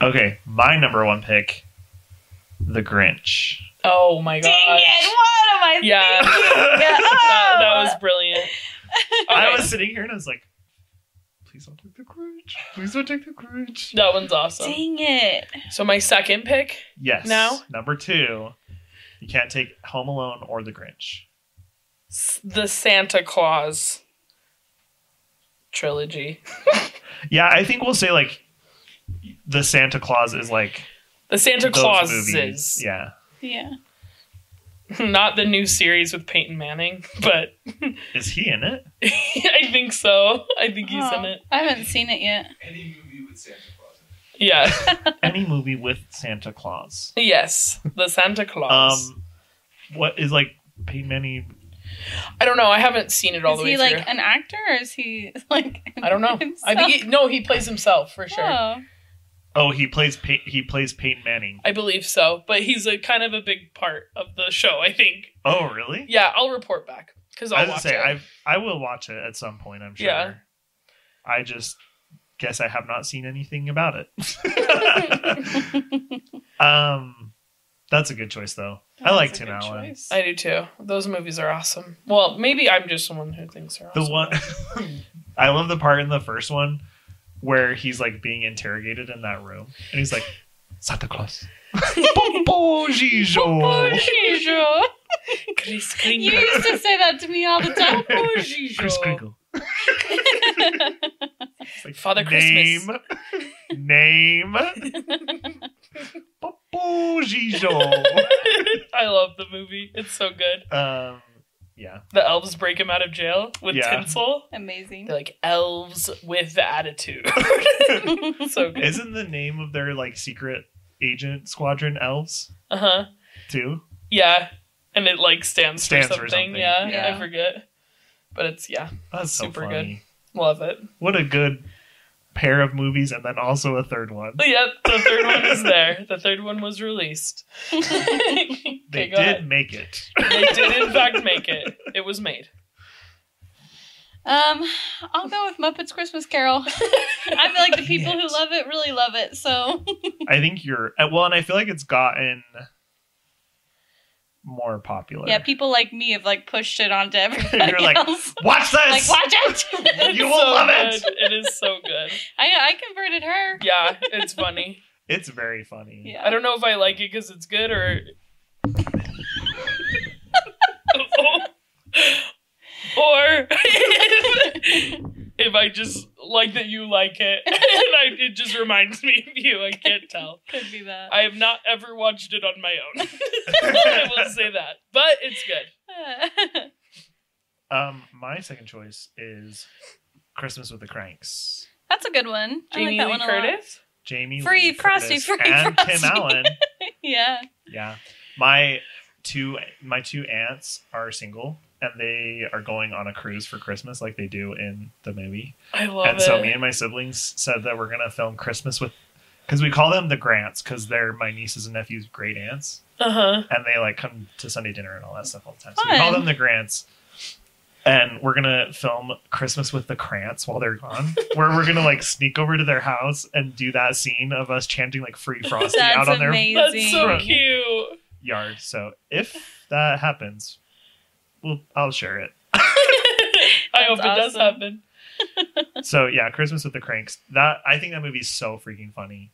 C: Oh Okay, my number one pick, The Grinch.
B: Oh my gosh.
A: Dang it! What am I?
B: Yeah.
A: Yeah.
B: That,
A: Oh!
B: that was brilliant.
C: I
B: Okay,
C: was sitting here and I was like, please don't take The Grinch. Please don't take The Grinch.
B: that one's awesome.
A: Dang it!
B: So my second pick.
C: Yes.
B: No.
C: Number two, you can't take Home Alone or The Grinch.
B: S- the Santa Claus trilogy.
C: Yeah, I think we'll say like the Santa Claus is like
B: The Santa
C: those
B: Clauses.
C: movies. Yeah.
A: Yeah.
B: Not the new series with Peyton Manning, but
C: Is he in it?
B: I think so. I think he's
A: Oh,
B: in it.
A: I haven't seen it yet.
D: Any movie with Santa Claus in it.
B: Yeah.
C: Any movie with Santa Claus.
B: yes. The Santa Claus.
C: Um what is like Peyton Manning
B: I don't know. I haven't seen it all
A: is
B: the way
A: he like
B: through.
A: an actor or is he like?
B: I don't know. I think he, no, he plays himself for sure.
A: Oh.
C: Oh, he plays Pey- he plays Peyton Manning.
B: I believe so, but he's a kind of a big part of the show. I think.
C: Oh, really?
B: Yeah, I'll report back because
C: I
B: I'll
C: was gonna
B: watch
C: say
B: it.
C: I I will watch it at some point. I'm sure.
B: Yeah.
C: I just guess I have not seen anything about
B: Oh.
C: it. um, that's a good choice
B: Oh,
C: though. I like Tim Allen.
B: I do too. Those movies are awesome. Well, maybe I'm just someone who thinks they're
C: The
B: awesome.
C: one I love the part in the first one where he's like being interrogated in that room, and he's like Santa Claus. Popo Gijo.
A: Bonjour.
B: Chris
A: You
B: Kringle.
A: used to say that to me all the time.
B: Bonjour.
C: Chris Kringle. It's like,
B: Father
C: name,
B: Christmas.
C: Name. Popo Gijo.
B: I love the movie. It's so good.
C: Um, yeah.
B: The elves break him out of jail with
C: Yeah.
B: tinsel.
A: Amazing.
B: They're like elves with attitude. so good.
C: Isn't the name of their like secret agent squadron elves
B: Uh huh.
C: too?
B: Yeah. And it like stands,
C: Stands
B: for,
C: for
B: something.
C: something.
B: Yeah,
A: Yeah.
B: I forget. But it's yeah,
C: That's so
B: Super
C: funny.
B: love it.
C: What a good pair of movies, and then also a third one.
B: Yep, the third one is there. The third one was released. Okay,
C: They
B: go
C: did
B: ahead.
C: make it.
B: They did in fact make it. It was made.
A: Um, I'll go with Muppets Christmas Carol. I feel like the people who love it really love it. So
C: I think you're uh, well, and I feel like it's gotten more popular.
A: yeah, people like me have like pushed it onto everybody
C: You're like,
A: else.
C: watch
A: Like
C: this.
A: watch out!
B: It's
C: You will love it.
B: good. It is so good.
A: I I converted her.
B: Yeah, it's funny.
C: it's very funny.
A: Yeah.
B: I don't know if I like it because it's good or. or if I just like that you like it, and I, it just reminds me of you. I can't tell.
A: Could be that.
B: I have not ever watched it on my own. I will say that, but it's good.
C: Um, my second choice is Christmas with the Cranks.
A: That's a good one. I
B: Jamie
A: like
B: Lee
A: that one a lot.
B: Curtis.
C: Jamie
A: Free
C: Lee Curtis
A: Frosty, free
C: and Tim
A: Frosty.
C: Allen.
A: Yeah.
C: Yeah. My two my two aunts are single and they are going on a cruise for Christmas like they do in the movie.
B: I love
C: and
B: it.
C: so me and my siblings said that we're going to film Christmas with cuz we call them the Grants cuz they're my nieces and nephews' great aunts
B: uh huh.
C: and they like come to Sunday dinner and all that stuff all the time. So we call
A: Fun.
C: them the Grants. And we're gonna film Christmas with the Krants while they're gone, where we're gonna like sneak over to their house and do that scene of us chanting like "Free Frosty" out
A: That's
C: on their
A: amazing.
B: That's so cute.
C: yard. So if that happens, well, I'll share it.
B: I hope it does
A: awesome.
B: happen.
C: So yeah, Christmas with the Cranks. That I think that movie's so freaking funny.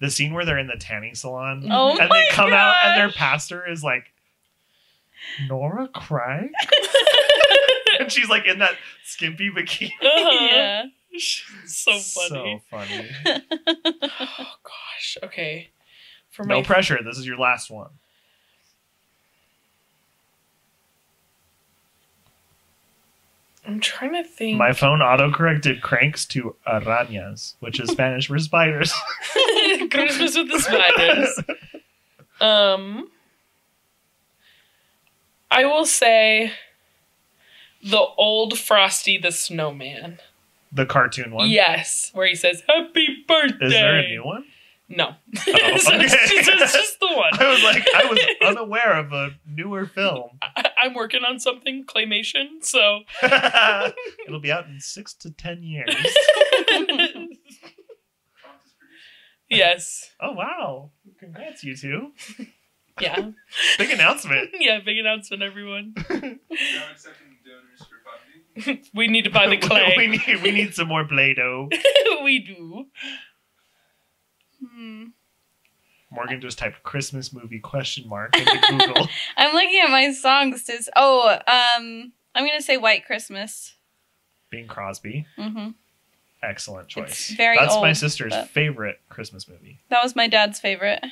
C: The scene where they're in the tanning salon
A: Oh
C: and
A: my
C: they come out and their
A: gosh.
C: pastor is like Nora Craig, and she's like in that skimpy bikini.
B: Uh-huh.
A: Yeah.
B: so funny.
C: So funny.
B: Oh gosh. Okay. For my
C: No pressure. This is your last one.
B: I'm trying to think.
C: My phone autocorrected cranks to arañas, which is Spanish for spiders.
B: Christmas with the spiders. Um I will say the old Frosty the Snowman.
C: the cartoon one.
B: Yes, where he says happy birthday.
C: Is there a new one?
B: No.
C: Oh,
B: So it's,
C: okay.
B: just, it's just the one.
C: I was like, I was unaware of a newer film.
B: I, I'm working on something, claymation, so.
C: It'll be out in six to ten years.
B: yes.
C: Oh wow! Congrats, you two.
B: Yeah.
C: Big announcement.
B: Yeah, big announcement, everyone.
D: Now accepting donors for funding.
B: We need to buy the clay.
C: we need we need some more Play-Doh.
B: we do.
A: Hmm.
C: Morgan just typed Christmas movie question mark into Google.
A: I'm looking at my songs. To, s- oh, um, I'm gonna say White Christmas.
C: Bing Crosby,
A: hmm
C: excellent choice.
A: It's very
C: That's
A: old.
C: my sister's
A: but-
C: favorite Christmas movie.
A: That was my dad's favorite. I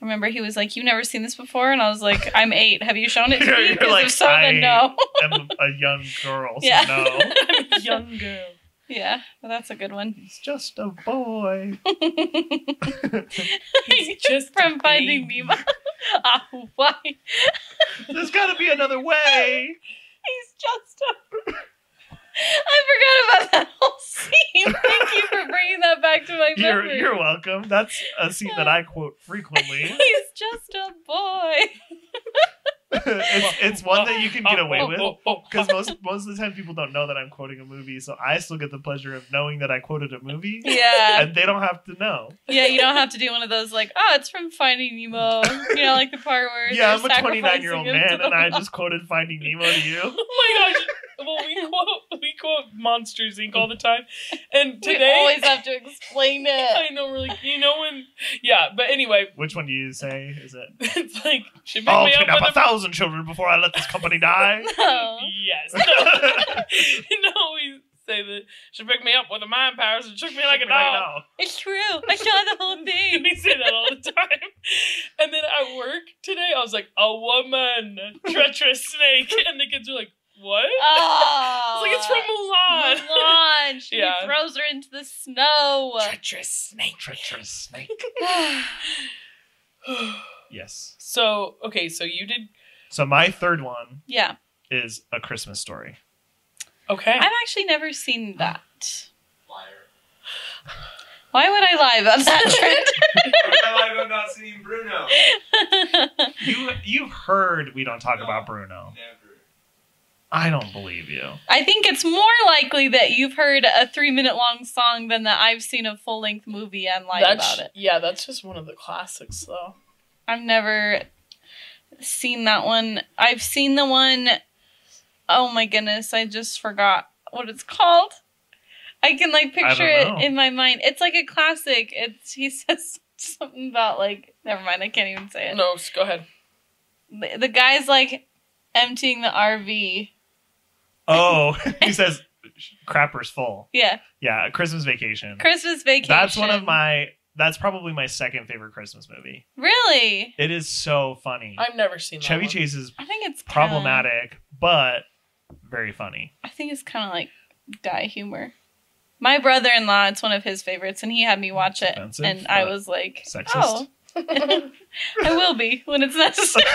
A: remember he was like, "You've never seen this before," and I was like, "I'm eight. Have you shown it to me?"
C: You're- you're
A: 'Cause
C: like,
A: if so, then
C: "I-
A: no.
C: I'm a young girl, so
A: Yeah.
C: no,
B: Young girl.
A: yeah, but that's a good one.
C: he's just a boy.
B: He's just
A: From
B: a
A: Finding
B: baby.
A: Nemo. Ah, why? He's
C: There's got to be another way.
A: just a. I forgot about that whole scene. Thank you for bringing that back to my
C: You're
A: memory.
C: you're welcome. That's a scene that I quote frequently.
A: He's just a boy.
C: it's, it's one that you can get
B: Oh,
C: away
B: oh,
C: with.
B: oh, oh,
C: because most most of the time people don't know that I'm quoting a movie, so I still get the pleasure of knowing that I quoted a movie,
A: Yeah.
C: and they don't have to know.
A: Yeah, you don't have to do one of those like, oh, it's from Finding Nemo. You know, like the part where
C: yeah, I'm
A: they're
C: a 29 year old
A: sacrificing him to
C: man,
A: the
C: and I just quoted Finding Nemo to you.
B: Oh my gosh. Well, we quote we quote Monsters Inc. all the time, and
A: We
B: today
A: always have to explain it.
B: I know really you know when yeah. But anyway,
C: Which one do you say? Is it?
B: it's like she picked
C: I'll
B: me up
C: kidnap a
B: with a
C: thousand children before I let this company die.
A: No.
B: yes. no, we say that she picked me up with a mind powers and shook me like a doll.
A: It's true. I saw the whole thing.
B: We say that all the time. And then at work today, I was like, a woman, treacherous snake. And the kids were like, what? I
A: Oh.
B: was like, it's from
A: Uh,
B: Mulan.
A: Mulan. She
B: Yeah.
A: throws her into the snow.
B: Treacherous snake.
C: Treacherous snake. Yes.
B: so, okay, so you did.
C: So my third one
A: yeah.
C: is a Christmas story.
B: Okay.
A: I've actually never seen that.
D: Liar.
A: Why would I lie about
D: I'm alive, I'm not seeing Bruno.
A: that, Trent?
C: You you heard we don't talk about Bruno.
D: Never.
C: I don't believe you.
A: I think it's more likely that you've heard a three minute long song than that I've seen a full length movie and lied
B: That's-
A: about it.
B: Yeah, that's just one of the classics, though.
A: I've never seen that one. I've seen the one oh my goodness, I just forgot what it's called. I can like
C: don't
A: picture it
C: know.
A: in my mind. It's like a classic. It's he says something about like never mind, I can't even say it.
B: No, just go ahead.
A: The, the guy's like emptying the RV.
C: Oh, he says, "Crapper's full."
A: Yeah,
C: Yeah, Christmas Vacation.
A: Christmas vacation.
C: That's one of my. That's probably my second favorite Christmas movie.
A: Really?
C: It is so funny.
B: I've never seen that
C: Chevy
B: one.
C: Chase is
A: I think it's kinda-
C: problematic, but very funny.
A: I think it's kind of like guy humor. My brother-in-law, it's one of his favorites, and he had me watch it,
C: Offensive,
A: and I
C: but
A: was like,
C: sexist.
A: "Oh, I will be when it's necessary."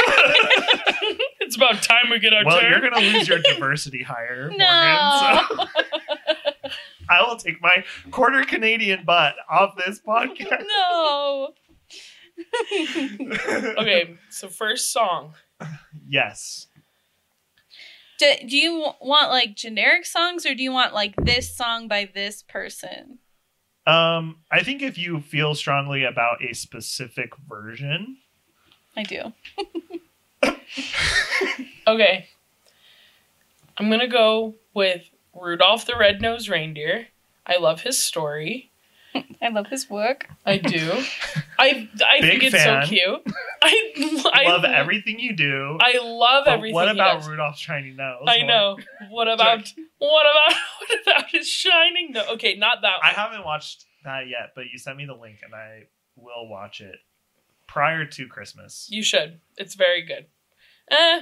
B: It's about time we get our
C: well,
B: turn.
C: you're gonna lose your diversity hire, Morgan.
A: No.
C: So I will take my quarter Canadian butt off this podcast.
A: no.
B: okay, so first song.
C: Yes.
A: Do, do you w- want like generic songs, or do you want like this song by this person?
C: Um, I think if you feel strongly about a specific version,
A: I do.
B: Okay. I'm going to go with Rudolph the Red-Nosed Reindeer. I love his story.
A: I love his work.
B: I do. I I
C: Big
B: think it's
C: fan.
B: so cute. I, I
C: love everything you do.
B: I love
C: but
B: everything.
C: what
B: he
C: about
B: does.
C: Rudolph's shiny nose?
B: I
C: Morgan?
B: know. What about what about what about his shining? No, okay, not that.
C: I haven't watched that yet, but you sent me the link and I will watch it prior to Christmas.
B: You should. It's very good. Eh,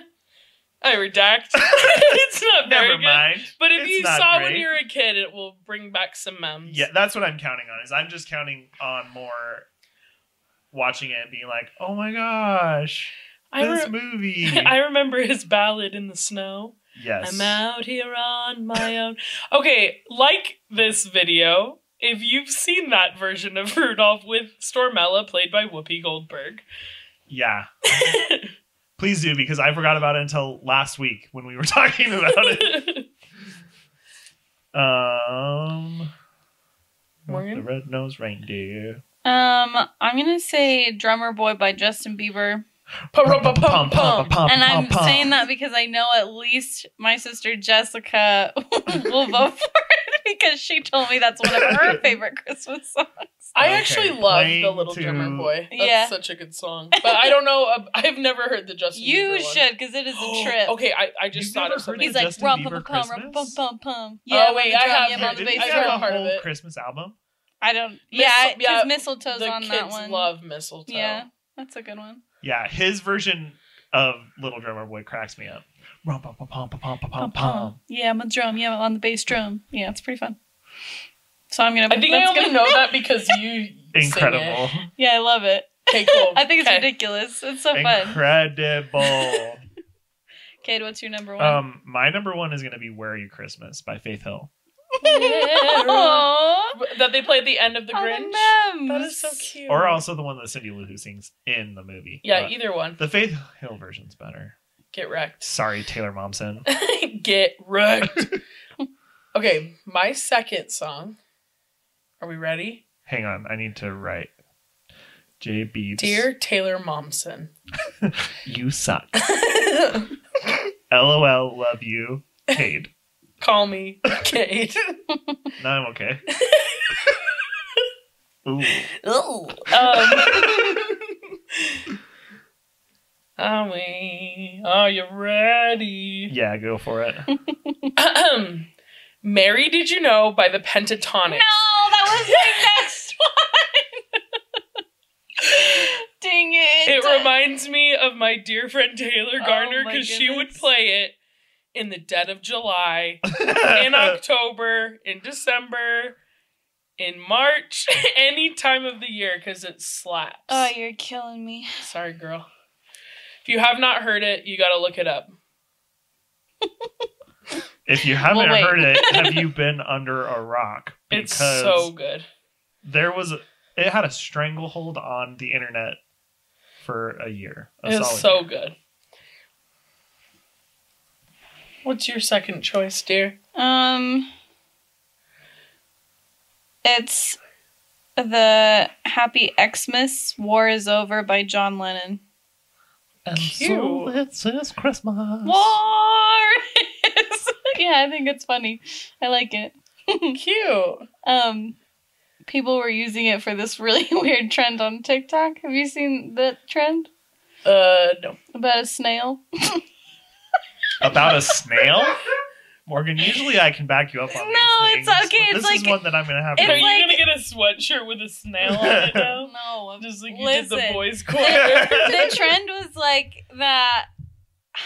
B: I redact. it's not very
C: Never
B: good.
C: mind.
B: But if
C: It's
B: you
C: not
B: saw when
C: great.
B: you were a kid, it will bring back some memes.
C: Yeah, that's what I'm counting on. Is I'm just counting on more watching it and being like, "Oh my gosh,
B: I,
C: this
B: re-
C: movie."
B: I uh, remember his ballad in the snow.
C: yes.
B: I'm out here on my own. Okay, like this video if you've seen that version of Rudolph with Stormella played by Whoopi Goldberg.
C: Yeah. Please do, because I forgot about it until last week when we were talking about it. Um,
B: Morgan?
C: The Red Nosed Reindeer.
A: Um, I'm gonna say "Drummer Boy" by Justin Bieber,
B: Pa-ra-pa-pum-pum.
A: and I'm saying that because I know at least my sister Jessica will vote for it because she told me that's one of her favorite Christmas songs.
B: I
C: Okay,
B: actually love
C: playing
B: the Little
C: to-
B: Drummer Boy. That's
A: Yeah.
B: such a good song. But I don't know. uh, I've never heard the Justin.
A: You
B: Bieber one.
A: should, because it is a trip.
B: okay, I, I just
C: You've
B: thought
C: never
B: of something.
A: He's
C: The
A: like
C: Justin
A: rum
C: Bieber
A: pum pum rum
C: Christmas?
A: pum pum pum.
B: Oh, wait,
A: I'm on the
B: I
A: drum,
B: have heard
A: I'm on
B: it.
A: the
C: Didn't
A: bass
C: you
B: I
C: have
B: heard
A: drum.
C: a
B: part of
C: whole
B: it.
C: Christmas album?
A: I don't.
B: Mistle-
A: Yeah, because
B: yeah,
A: mistletoe's
B: the
A: on
B: kids
A: that one.
B: love mistletoe.
A: Yeah, that's a good one.
C: Yeah, his version of Little Drummer Boy cracks me up. Rum, pum, pum, pum, pum, pum, pum, pum, pum.
A: Yeah, I'm a drum. Yeah, I'm on the bass drum. Yeah, it's pretty fun. So I'm gonna.
B: I think I
A: that's
B: only
A: gonna-
B: know that because you
C: Incredible.
A: Yeah, I love it.
B: Sing it. Okay, cool.
A: I think it's
B: Oh, Okay.
A: ridiculous. It's so fun.
C: Incredible.
A: Cade, what's your number one?
C: um, my number one is going to be Where Are You Christmas by Faith Hill.
A: Aw,
B: That they play at the end of the
A: all
B: Grinch.
A: Oh, the
B: that
A: memes.
B: is so cute.
C: Or also the one that Cindy Lou Who sings in the movie.
B: Yeah,
C: But
B: either one.
C: the Faith Hill version's better.
B: Get wrecked.
C: Sorry, Taylor Momsen.
B: Get wrecked. okay, my second song. Are we ready?
C: Hang on, I need to write. J. Beebs.
B: Dear Taylor Momsen.
C: You suck. LOL, love you. Paid.
B: Call me Kate.
C: No, I'm okay. Ooh.
B: Ooh. Um, are we? Are you ready?
C: Yeah, go for it.
B: Mary Did You Know by the Pentatonics.
A: No, that was my next one. Dang it!
B: It reminds me of my dear friend Taylor
A: Oh
B: Garner
A: my
B: because she would
A: goodness.
B: play it in the dead of July, in October, in December, in March, any time of the year because it slaps.
A: Oh, you're killing me.
B: Sorry, girl. If you have not heard it, you got to look it up.
C: if you haven't
A: Well, wait.
C: heard it, have you been under a rock?
B: It's so good.
C: there was a, it had a stranglehold on the internet for a year. A solid
B: It's so
C: year.
B: good. What's your second choice, dear?
A: Um, it's the Happy Xmas War is Over by John Lennon.
C: And so
B: Cute.
C: it's this Christmas.
A: War is yeah, I think it's funny. I like it.
B: Cute.
A: Um, people were using it for this really weird trend on TikTok. Have you seen that trend
B: Uh, no.
A: about a snail?
C: About a snail? Morgan, usually I can back you up on these
A: No, it's
C: things,
A: okay,
C: but
A: it's
C: This is
A: like-
C: one that I'm gonna have
A: it's
B: Are
C: to
B: you
A: like-
B: gonna get a sweatshirt with a snail on it now?
A: No,
B: Just like you did
A: Listen.
B: the boys' corner.
A: the trend was like that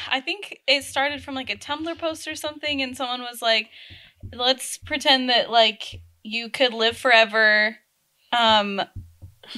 A: I think it started from like a Tumblr post or something and someone was like let's pretend that like you could live forever um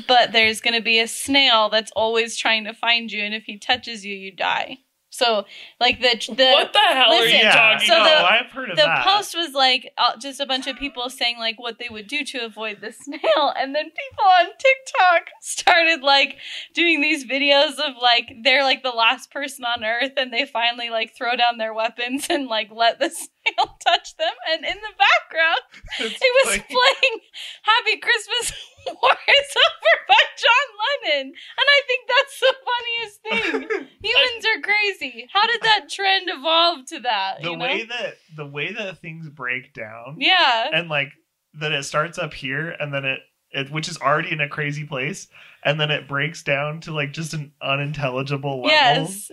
A: but there's going to be a snail that's always trying to find you and if he touches you you die. So like the the
B: what the hell are
A: Listen,
B: you
C: yeah,
B: talking
A: so
C: no,
B: about?
A: the-
C: I've heard of
A: the
C: that.
A: post was like uh, just a bunch of people saying like what they would do to avoid the snail and then people on tiktok started like doing these videos of like they're like the last person on earth and they finally like throw down their weapons and like let the snail touch them and in the background
C: It's
A: it was
C: like-
A: playing happy christmas war is over by john lennon and i think that's the funniest thing humans are crazy how did that trend evolve to that
C: the
A: you know?
C: way that the way that things break down
A: yeah
C: and like that it starts up here and then it, it which is already in a crazy place and then it breaks down to like just an unintelligible level
A: Yes.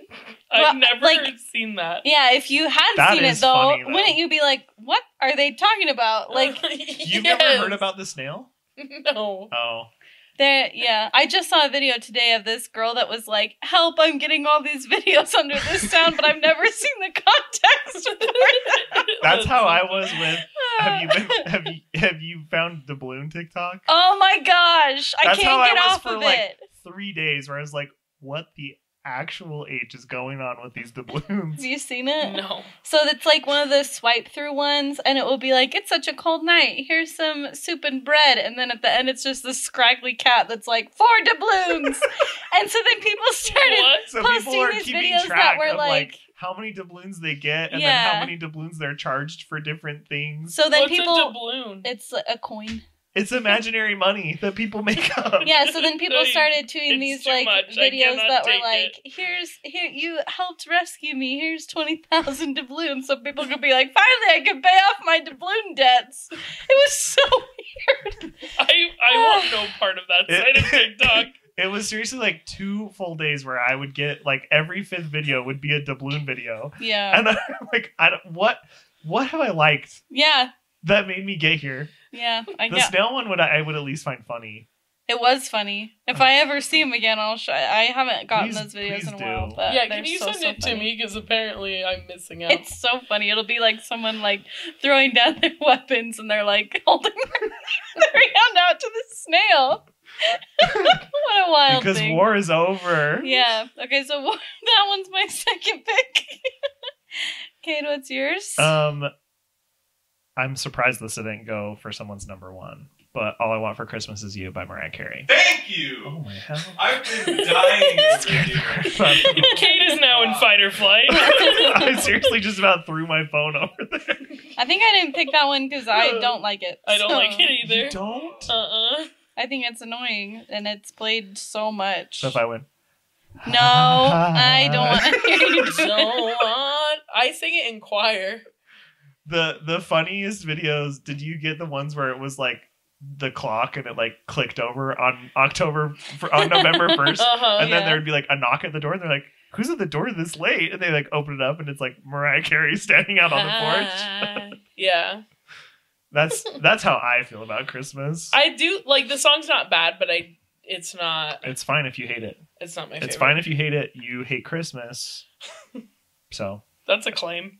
B: I've
A: well,
B: never
A: like-
B: seen that.
A: Yeah, if you had
C: That
A: seen it
C: is
A: though,
C: funny, though.
A: wouldn't you be like, what are they talking about? Like
C: you've never heard about the snail
B: No.
C: oh
A: there yeah. I just saw a video today of this girl that was like, Help, I'm getting all these videos under this sound, but I've never seen the context for that.
C: that's how i was with have you been have you have you found the balloon tiktok
A: Oh my gosh. I
C: That's how
A: can't get
C: I was
A: off
C: for,
A: of
C: like,
A: it.
C: three days where i was like what the actual H is going on with these doubloons?
A: Have you seen it?
B: No.
A: So it's like one of those swipe through ones, and it will be like, "It's such a cold night. Here's some soup and bread," and then at the end, it's just this scraggly cat that's like four doubloons, and so then people started
B: What?
C: So
A: Posting
C: people are
A: these
C: keeping
A: videos that
C: track
A: were
C: of like,
A: like-
C: how many doubloons they get and then
A: Yeah.
C: how many doubloons they're charged for different things.
A: So then
B: What's a
A: people,
B: doubloon?
A: it's a coin.
C: it's imaginary money that people make up.
A: Yeah. So then people
B: It's
A: started doing these
B: too
A: like
B: much. I
A: videos
B: cannot
A: that were
B: take
A: like, "Here's here you helped rescue me. Here's twenty thousand doubloons." So people could be like, "Finally, I can pay off my doubloon debts." It was so
B: I, I want no part of that side of TikTok.
C: It was seriously like two full days where I would get like every fifth video would be a doubloon video.
A: yeah,
C: And I'm like, I don't, what what have I liked
A: yeah,
C: that made me get here?
A: yeah. I
C: The
A: get
C: snail one would I, I would at least find funny.
A: It was funny. If I ever see him again, I'll show. I haven't gotten
C: Please-
A: those videos
C: please
A: in a
C: do.
A: while. But
B: yeah,
A: they're
B: can you
A: so,
B: send
A: so
B: it to
A: funny.
B: me? Because apparently I'm missing out.
A: It's so funny. It'll be like someone like throwing down their weapons and they're like holding their hand out to the snail. what a wild
C: because
A: thing.
C: war is over.
A: Yeah. Okay, so wa- that one's my second pick. Kate, what's yours?
C: Um, I'm surprised this didn't go for someone's number one. But all I want for Christmas is you by Mariah Carey.
D: Thank you.
C: Oh my hell!
D: I've been dying over here.
B: Kate is now in fight or flight.
C: I seriously just about threw my phone over there.
A: I think I didn't pick that one because I don't like it.
B: I don't
A: so-
B: like it
C: You
B: either.
C: don't.
B: Uh uh
A: I think it's annoying and it's played so much.
C: So if I win,
A: No, I don't want to hear you do
B: Don't
A: it.
B: want. I sing it in choir.
C: the the funniest videos. Did you get the ones where it was like the clock and it like clicked over on October for, on
A: Oh,
C: November first,
B: Uh huh.
C: Uh-huh. and then
B: yeah.
C: there would be like a knock at the door, and they're like, "Who's at the door this late?" And they like open it up, and it's like Mariah Carey standing out on the porch.
B: Ah, yeah.
C: That's that's how I feel about Christmas.
B: I do like the song's not bad, but I it's not
C: it's fine if you hate it.
B: it's not my favorite.
C: It's fine if you hate it. You hate Christmas, so
B: That's a claim.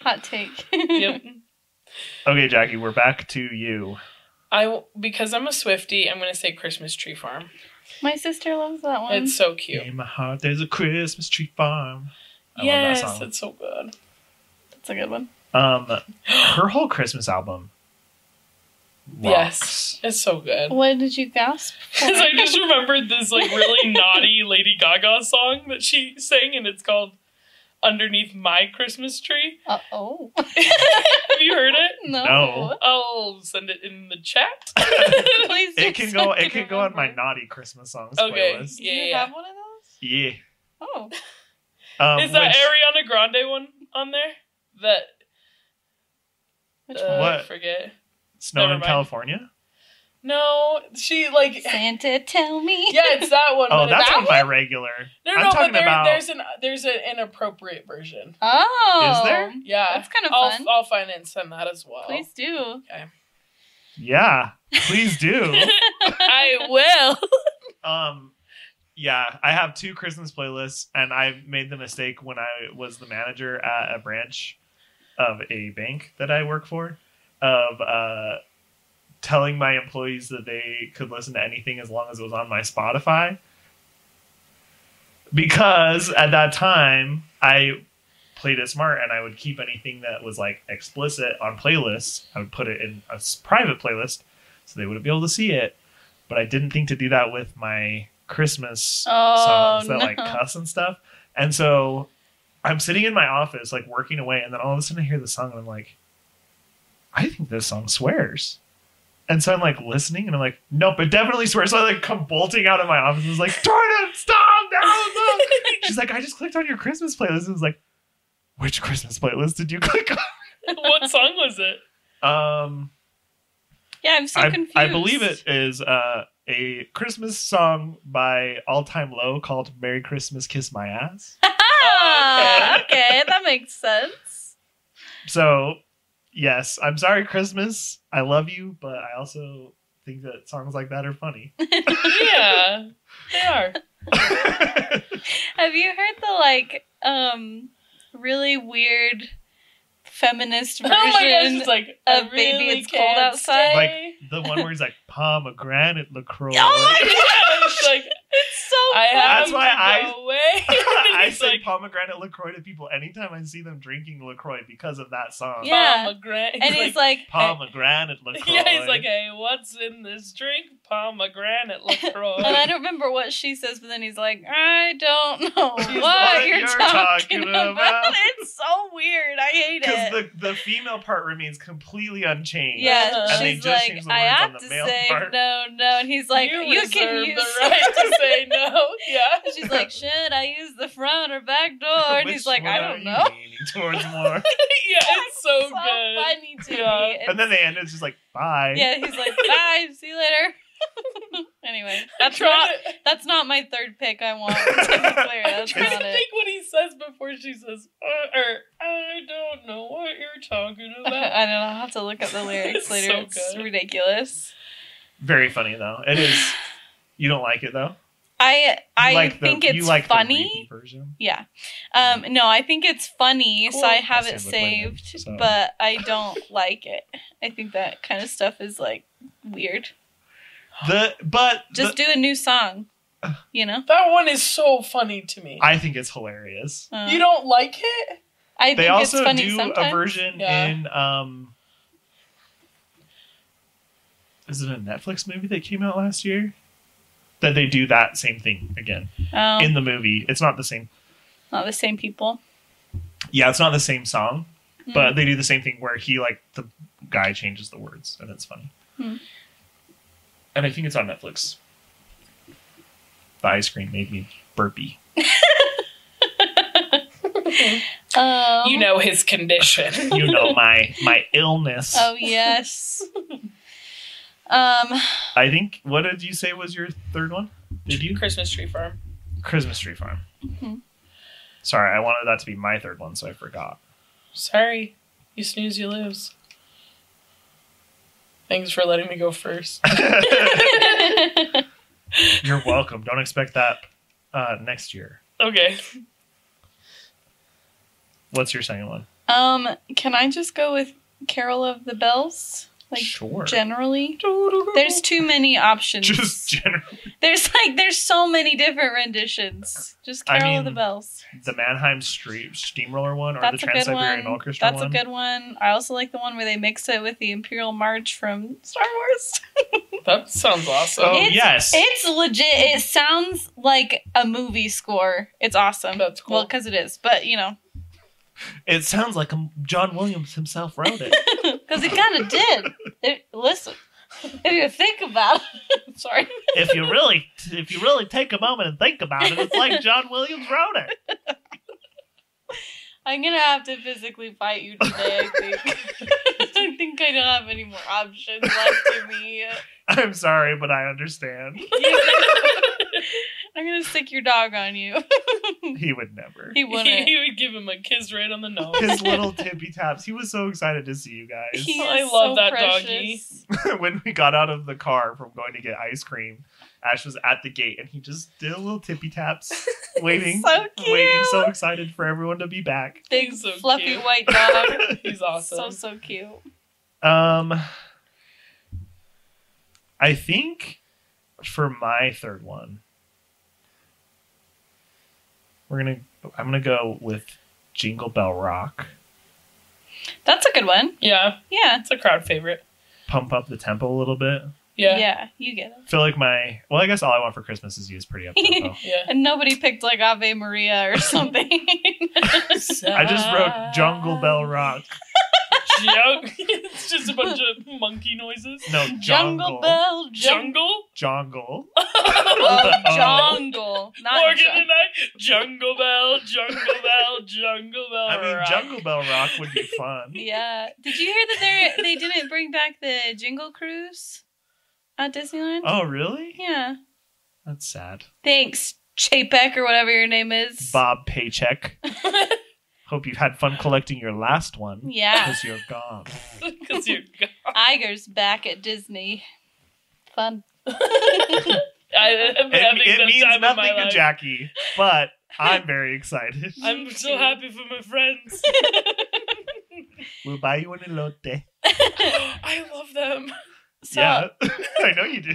A: Hot take.
B: yep.
C: okay, Jackie, we're back to you.
B: I w- because I'm a Swifty, I'm gonna say Christmas Tree Farm.
A: My sister loves that one.
B: It's so cute.
C: In my heart, there's a Christmas tree farm. I
B: yes,
C: love that
B: it's so good.
A: That's a good one.
C: song. Um, her whole Christmas album.
B: Yes,
C: Rocks.
B: it's so good.
A: What did you gasp? for?
B: Because I just remembered this like really naughty Lady Gaga song that she sang, and it's called "Underneath My Christmas Tree."
A: Uh, oh.
B: Have you heard it?
A: No.
C: No.
B: I'll send it in the chat.
C: Um,
A: Please do
C: It can
A: so
C: go.
A: I
C: It can go on my
A: remember.
C: naughty Christmas songs
B: Okay.
C: playlist.
A: Do you
B: Yeah, yeah.
A: have one of those?
C: Yeah.
A: Oh.
C: Um,
B: Is that
C: which-
B: Ariana Grande one on there? That
A: Which
B: uh,
C: What?
B: I forget.
C: Snow
B: Never
C: in
B: mind.
C: California?
B: No, she like
A: one? Santa, tell me.
B: yeah, it's that one.
C: Oh,
B: but
C: that's
B: that
C: on
B: one?
C: my regular.
B: No,
C: I'm
B: no,
C: talking
B: but there,
C: about.
B: there's an there's an inappropriate version.
A: Oh.
C: Is there?
B: Yeah,
A: That's kind of
B: I'll,
A: fun.
B: I'll find it and send that as well.
A: Please do.
C: Yeah, please do.
B: I will.
C: Um, yeah, I have two Christmas playlists, and I made the mistake when I was the manager at a branch of a bank that I work for of uh, telling my employees that they could listen to anything as long as it was on my Spotify. Because at that time, I played it smart and I would keep anything that was like explicit on playlists. I would put it in a s- private playlist so they wouldn't be able to see it but I didn't think to do that with my Christmas
A: Oh,
C: songs that
A: no.
C: like cuss and stuff. And so I'm sitting in my office, like working away, and then all of a sudden I hear the song and I'm like, I think this song swears. And so I'm like listening and I'm like, nope, it definitely swears. So I like come bolting out of my office and was like, Jordan, stop! No, no. She's like, I just clicked on your Christmas playlist. And I was like, which Christmas playlist did you click
B: what song was it?
C: on? Um,
A: Yeah, I'm so
C: I,
A: confused.
C: I believe it is uh, a Christmas song by All Time Low called "Merry Christmas, Kiss My Ass."
A: Ah, okay, that makes sense.
C: so, yes, I'm sorry, Christmas. I love you, but I also think that songs like that are funny.
B: Yeah, they are.
A: Have you heard the like um really weird feminist
B: Oh
A: version?
B: my gosh, it's like I
A: of Baby,
B: really
A: It's Cold
B: can't
A: Outside.
B: stay.
C: the one where he's like pomegranate Lacroix.
A: Oh my
B: yeah, it's like
A: It's so
B: I have
C: That's why I-
B: to go away.
C: I
B: He's
C: say
B: like,
C: pomegranate LaCroix to people anytime I see them drinking LaCroix because of that song.
A: Yeah.
B: pomegranate.
A: and he's like,
C: Pomegranate LaCroix.
B: yeah, he's like, hey, what's in this drink? Pomegranate Lacroix.
A: and I don't remember what she says, but then he's like, I don't know what,
C: She's like,
A: you're,
C: "You're
A: talking,
C: talking
A: about.
C: about."
A: It's so weird. I hate
C: because
A: it.
C: the, the female part remains completely unchanged.
A: yeah,
B: And they
A: she's
C: just
A: like,
C: change the
A: I
C: words on
A: have
C: the
A: to
C: male
A: say
C: part.
A: no, no, and he's like, you, can
B: reserve
A: use
B: the right to say no. Yeah.
A: And She's like, should I use the front or back door? Oh, And
C: Which
A: he's like,
C: one
A: I
C: are
A: don't
C: you
A: know.
C: leaning towards more.
B: yeah, it's so,
A: so
B: good.
A: funny to
B: Yeah.
A: me.
C: and then they end. It's just like bye.
A: yeah, he's like, bye, see you later. anyway,
B: I'm
A: that's
B: trying
A: not
B: to,
A: that's not my third pick. I want to be clear.
B: I'm
A: That's
B: trying
A: not
B: to
A: it.
B: think what he says before she says, uh, or I don't know what you're talking
A: I don't know.
B: about.
A: I'll have to look up the lyrics
B: It's
A: later.
B: so
A: it's
B: good.
A: ridiculous.
C: Very funny though. It is. You don't like it though.
A: I I
C: you like the-
A: think
C: you
A: it's
C: like the
A: funny.
C: reedy version.
A: Yeah. Um, no, I think it's funny,
B: Cool.
A: so I have
C: I
A: it
C: stand with women,
A: saved,
C: so.
A: but I don't like it. I think that kind of stuff is like weird.
C: The but
A: Just do a new song, you know?
B: That one is so funny to me.
C: the- I think it's hilarious.
A: Uh,
B: you don't like it?
A: I think
C: They also
A: it's funny
C: do
A: sometimes.
C: a version
B: Yeah.
C: in um. Is it a Netflix movie that came out last year? That they do that same thing again
A: oh,
C: in the movie. It's not the same.
A: not the same people.
C: Yeah, it's not the same song,
A: Hmm.
C: but they do the same thing where he like the guy changes the words, and it's funny.
A: Hmm.
C: And I think it's on Netflix. The ice cream made me burpee.
A: Oh.
B: You know his condition.
C: You know my my illness.
A: Oh yes. um.
C: I think. What did you say was your third one? Did you
B: Christmas tree farm.
C: Christmas Tree Farm?
A: Mhm.
C: Sorry, I wanted that to be my third one, so I forgot.
B: Sorry. You snooze, you lose. Thanks for letting me go first.
C: You're welcome. Don't expect that uh, next year.
B: Okay.
C: What's your second one?
A: um. Can I just go with Carol of the Bells? Like
C: sure.
A: generally, there's too many options.
C: Just general.
A: there's like there's so many different renditions. Just
C: I
A: Carol of the
C: mean,
A: Bells.
C: The Mannheim Street Steamroller one or
A: That's
C: the
A: a good
C: Trans
A: one.
C: Siberian Orchestra
A: That's
C: one?
A: a good one. I also like the one where they mix it with the Imperial March from Star Wars.
B: That sounds awesome.
C: Oh,
A: It's-
C: yes.
A: It's legit. It sounds like a movie score. It's awesome.
B: That's cool.
A: Well, because it is, but you know,
C: It sounds like um, John Williams himself wrote it.
A: because it kind of did. It, listen, if you think about it, sorry.
C: if you really, if you really take a moment and think about it, it's like John Williams wrote it.
A: I'm gonna have to physically fight you today. I think. I think I don't have any more options left to me.
C: I'm sorry, but I understand.
A: I'm gonna stick your dog on you.
C: He would never.
A: He wouldn't.
B: You would give him a kiss right on the nose.
C: His little tippy taps. He was so excited to see you guys.
A: He
B: I
A: is
B: love
A: so
B: that
A: precious.
B: doggy.
C: when we got out of the car from going to get ice cream, Ash was at the gate and he just did a little tippy taps, waiting,
A: So cute.
C: waiting, so excited for everyone to be back.
A: Big
B: He's so
A: fluffy
B: cute.
A: white dog.
B: He's awesome.
A: So so cute.
C: Um, I think for my third one, we're gonna. I'm gonna go with Jingle Bell Rock.
A: That's a good one.
B: yeah,
A: Yeah.
B: it's a crowd favorite.
C: Pump up the tempo a little bit.
B: Yeah, yeah.
A: you get it.
C: Feel like my. Well, I guess all I want for Christmas is you is pretty up tempo.
A: And nobody picked like Ave Maria or something.
C: I just wrote Jungle Bell Rock.
B: Jung- it's just a bunch of monkey noises.
C: No,
A: jungle
C: jungle.
A: Bell, jungle,
B: Jungle?
C: Jungle.
A: oh,
C: Oh.
A: jungle, not
B: Morgan
A: jungle.
B: and I, Jungle Bell, Jungle Bell, Jungle Bell.
C: I mean,
B: rock.
C: Jungle Bell Rock would be fun.
A: Yeah. Did you hear that they they didn't bring back the Jingle Cruise at Disneyland?
C: Oh, really?
A: Yeah.
C: That's sad.
A: Thanks, Chapek or whatever your name is.
C: Bob Paycheck. Hope you had fun collecting your last one
A: Yeah.
C: because you're gone.
B: 'Cause you-
A: Iger's back at Disney. Fun.
B: I am
C: It,
B: having
C: it
B: the
C: means
B: time of my
C: nothing to
B: life.
C: Jackie, but I'm very excited.
B: I'm so happy for my friends.
C: We'll buy you an elote.
B: I love them.
A: So
C: yeah, I know you do.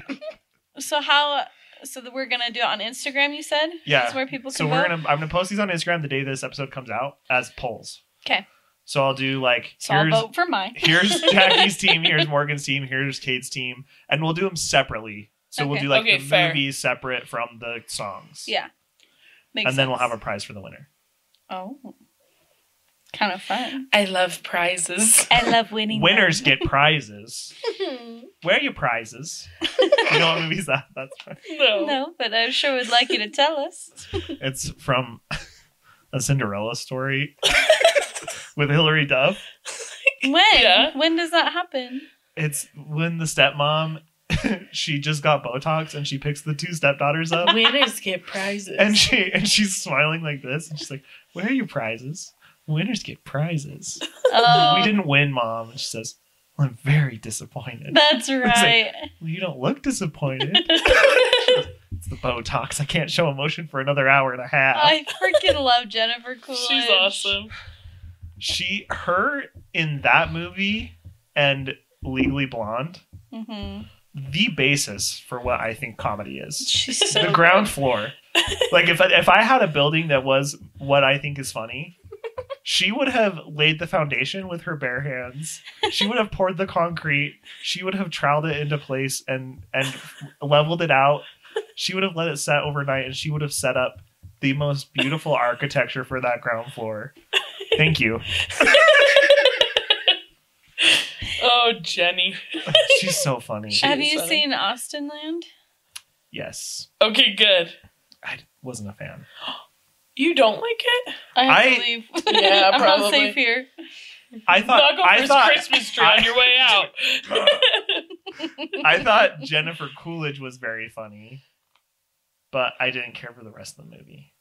A: so how so that we're gonna do it on Instagram. You said
C: Yeah.
A: That's where people can
C: So we're gonna I'm gonna post these on Instagram the day this episode comes out as polls.
A: 'Kay.
C: So I'll do like
A: So I'll
C: here's
A: vote for mine.
C: here's Jackie's team, here's Morgan's team, here's Kate's team, and we'll do them separately. So we'll
A: Okay.
C: do like
B: Okay,
C: the
B: fair.
C: movies separate from the songs.
A: Yeah. Makes
C: and then we'll
A: sense.
C: have a prize for the winner.
A: oh, kind of fun.
B: I love prizes.
A: I love winning.
C: Winners get prizes. Where are your prizes? you know what movies that? That's fine.
B: no.
A: No, but I sure would like you to tell us.
C: It's from a Cinderella story with Hilary Duff.
A: When?
B: Yeah.
A: When does that happen?
C: It's when the stepmom she just got Botox and she picks the two stepdaughters up.
B: Winners get prizes.
C: and she and she's smiling like this and she's like where are your prizes winners get prizes we
A: Oh,
C: didn't win mom and she says well, i'm very disappointed
A: that's right.
C: well, you don't look disappointed it's the botox i can't show emotion for another hour and a half
A: I freaking love Jennifer Coolidge.
B: She's awesome.
C: she her in that movie and legally blonde
A: hmm
C: the basis for what i think comedy is
A: She's so
C: the ground floor. Like if I, if I had a building that was what I think is funny, she would have laid the foundation with her bare hands. She would have poured the concrete. She would have troweled it into place and and leveled it out. She would have let it set overnight, and she would have set up the most beautiful architecture for that ground floor. Thank you.
B: Oh, Jenny.
C: She's so funny.
B: She-
A: Have
B: is
A: you
B: funny.
A: seen Austin Land?
C: Yes,
B: Okay, good.
C: I wasn't a fan.
B: You don't like it?
A: I have
C: I-
A: to leave.
B: Yeah,
A: I'm
B: probably.
A: not safe here.
C: I thought
B: Knock
C: I
B: over
C: thought
B: Christmas tree on
C: I-
B: your way out.
C: I thought Jennifer Coolidge was very funny, but I didn't care for the rest of the movie.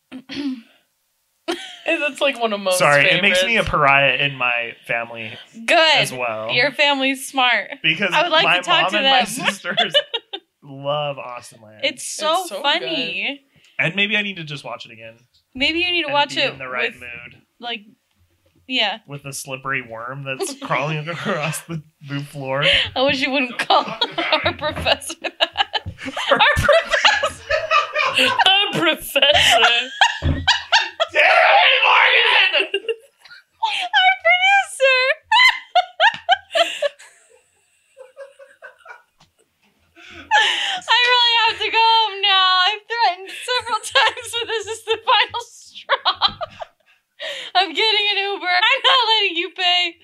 B: And That's like one of most.
C: Sorry, it makes me a
B: favorites.
C: pariah in my family
A: Good.
C: as well.
A: Your family's smart.
C: because
A: I would like
C: my
A: to talk
C: mom
A: to
C: and my
A: them.
C: sisters love Austin Land.
A: It's so,
B: It's so
A: funny.
C: and maybe I need to just watch it again.
A: Maybe you need to
C: and
A: watch
C: be
A: it
C: in the right
A: with
C: mood
A: like, yeah.
C: with the slippery worm that's crawling across the, the floor.
A: I wish you wouldn't call
D: Don't talk about
A: our
D: it.
A: professor that. our professor.
B: a professor.
A: Our producer. I really have to go home now. I've threatened several times, but this is the final straw. I'm getting an Uber. I'm not letting you pay.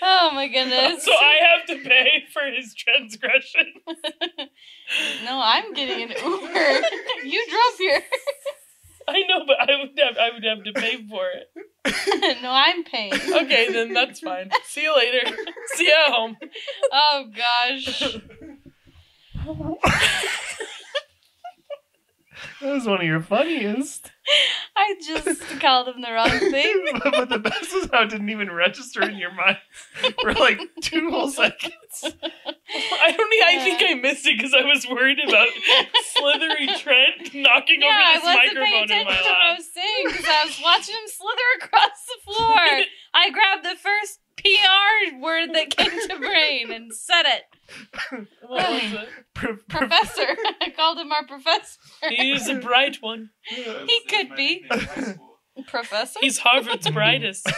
A: Oh my goodness.
B: so I have to pay for his transgression.
A: No, I'm getting an Uber. you drove here.
B: I know, but I would have I would have to pay for it.
A: no, I'm paying.
B: Okay, then that's fine. See you later. See you at home.
A: Oh gosh.
C: That was one of your funniest.
A: I just called him the wrong thing.
C: but, but the best is how it didn't even register in your mind for like two whole seconds.
B: I don't. e, I think I missed it because I was worried about slithery Trent knocking
A: Yeah,
B: over
A: I
B: this
A: wasn't paying
B: microphone in
A: attention
B: my
A: to what I
B: lap.
A: was saying because I was watching him slither across the floor. I grabbed the first PR word that came to brain and said it.
B: What was
C: Pro- pro-
A: Professor. I called him our professor.
B: it? He is a bright one.
A: He could be. Professor?
B: He's Harvard's brightest.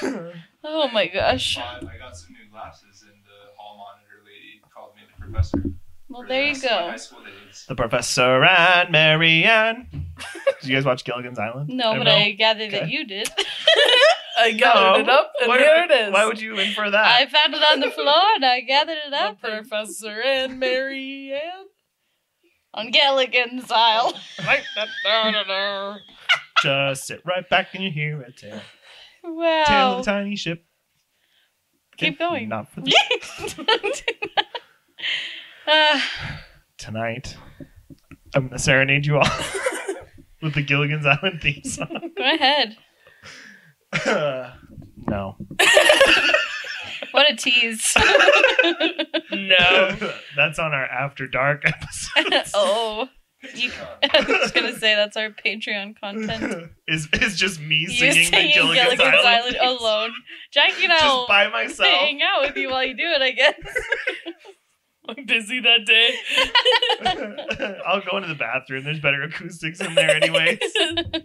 A: Oh my gosh.
D: I got some new glasses, and the hall monitor lady called me the professor.
A: Well,
D: for the
A: there you
D: rest of my
A: go.
D: high school days.
C: The Professor and Marianne. Did you guys watch Gilligan's Island?
A: No, but I gather that
C: Okay.
A: you did.
B: I gathered it up, and
C: Why-
B: here it is.
C: Why would you infer that?
A: I found it on the floor and I gathered it
B: The
A: up and-
B: professor and Mary Ann?
A: on Gilligan's Isle.
B: Right, that- da, da, da.
C: Just sit right back and you hear a tale. Tale
A: Wow.
C: of a tiny ship.
A: Keep going.
C: Not for
A: Uh,
C: tonight. I'm gonna serenade you all with the Gilligan's Island theme song.
A: go ahead.
C: no.
A: What a tease.
B: No.
C: That's on our After Dark episode.
A: oh. You, I was going to say that's our Patreon content.
C: is is just me
A: You
C: singing,
A: singing
C: the Gilligan's,
A: Gilligan's
C: Island,
A: Island, Oh,
C: theme song
A: alone. Jackie and I
C: just
A: will
C: by myself.
A: hang out with you while you do it, I guess.
B: I'm busy that day.
C: I'll go into the bathroom. There's better acoustics in there anyway.
D: We're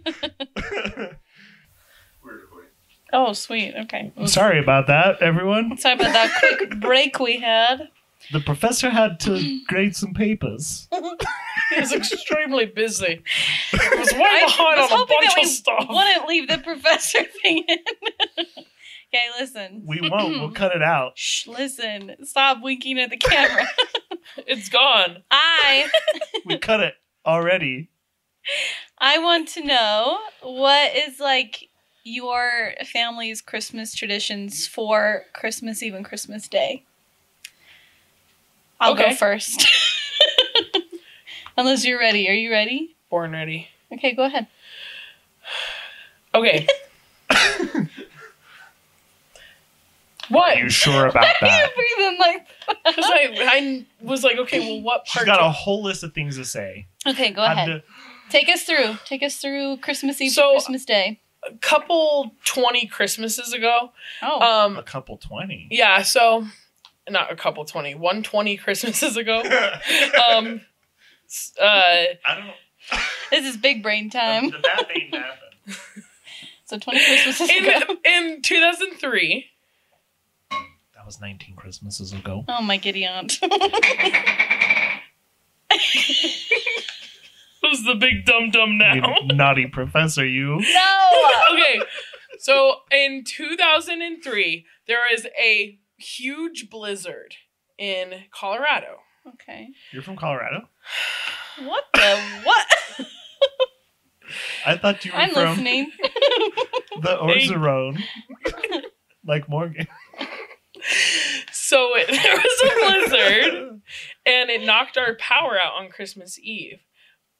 D: recording.
A: oh, sweet. Okay.
C: Sorry about that, everyone.
A: Sorry about that quick break we had.
C: The professor had to grade some papers.
B: I was extremely busy. I was way behind
A: was
B: on a
A: hoping
B: bunch
A: that
B: of
A: we
C: Oh.
B: stuff.
A: Wouldn't leave the professor thing in. okay, listen.
C: We won't. We'll cut it out.
A: Shh, listen. Stop winking at the camera.
B: It's gone.
A: I
C: We cut it already.
A: I want to know what is like your family's Christmas traditions for Christmas Eve and Christmas Day. I'll go
B: Okay.
A: first. Unless you're ready. Are you ready?
B: Born ready.
A: Okay, go ahead.
B: Okay. what?
C: Are you sure about
A: you
C: that?
A: breathe in like
B: Because I, I was like, okay, well, what
C: She's
B: part?
C: got a
B: do-
C: whole list of things to say.
A: Okay, go
C: Had
A: ahead.
C: to-
A: Take us through. Take us through Christmas Eve
B: So-
A: to Christmas Day.
B: couple 20 Christmases ago.
A: Oh.
B: Um,
C: a couple 20.
B: yeah, so not a couple 20, 120 Christmases ago. Um, s- uh,
C: I don't.
A: this is big brain time.
C: The math ain't happened.
A: So 20 Christmases ago.
B: in, in 2003,
C: That was 19 Christmases ago.
A: Oh, my giddy aunt.
B: who's the big dum dum now?
C: You naughty professor, you.
A: no!
B: okay. So in 2003, there is a huge blizzard in Colorado.
A: Okay.
C: You're from Colorado?
A: What the what?
C: I thought you were
A: I'm
C: from
A: listening.
C: the Orzeron. like Morgan.
B: So it, there was a blizzard and it knocked our power out on Christmas Eve.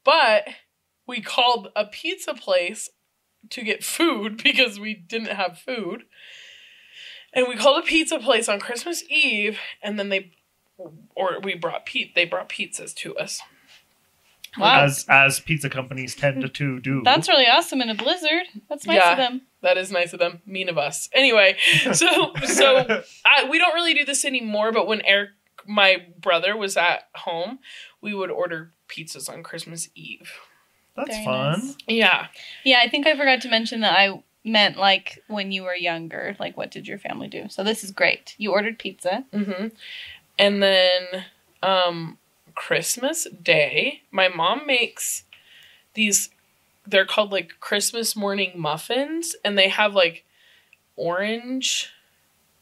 B: But we called a pizza place to get food because we didn't have food. And we called a pizza place on Christmas Eve and then they or we brought pe- they brought pizzas to us.
A: Wow.
C: As as pizza companies tend to- to do.
A: That's really awesome in a blizzard. That's nice
B: Yeah.
A: of them.
B: That is nice of them. Mean of us. Anyway, so so I, we don't really do this anymore. But when Eric, my brother, was at home, we would order pizzas on Christmas Eve.
C: That's
A: Very
C: fun.
A: nice.
B: Yeah,
A: Yeah, I think I forgot to mention that I meant like when you were younger, like what did your family do? So this is great. You ordered pizza.
B: hmm and then um, Christmas Day, my mom makes these. They're called like Christmas morning muffins, and they have like orange,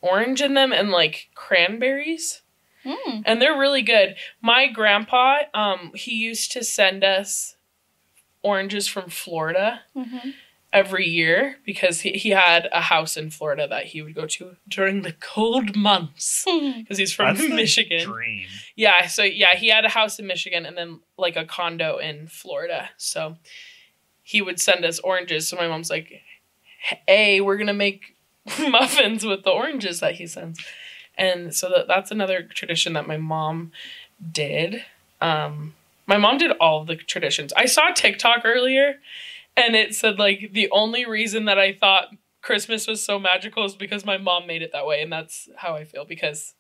B: orange in them, and like cranberries.
A: Mm.
B: and they're really good. My grandpa, um, he used to send us oranges from Florida
A: hmm
B: every year because he, he had a house in Florida that he would go to during the cold months because he's from
C: That's the
B: Michigan.
C: dream.
B: Yeah, so yeah, he had a house in Michigan and then like a condo in Florida. So he would send us oranges. So my mom's like, "Hey, we're gonna make muffins with the oranges that he sends," and so that that's another tradition that my mom did. Um, my mom did all the traditions. I saw TikTok earlier, and it said like the only reason that I thought Christmas was so magical is because my mom made it that way, and that's how I feel because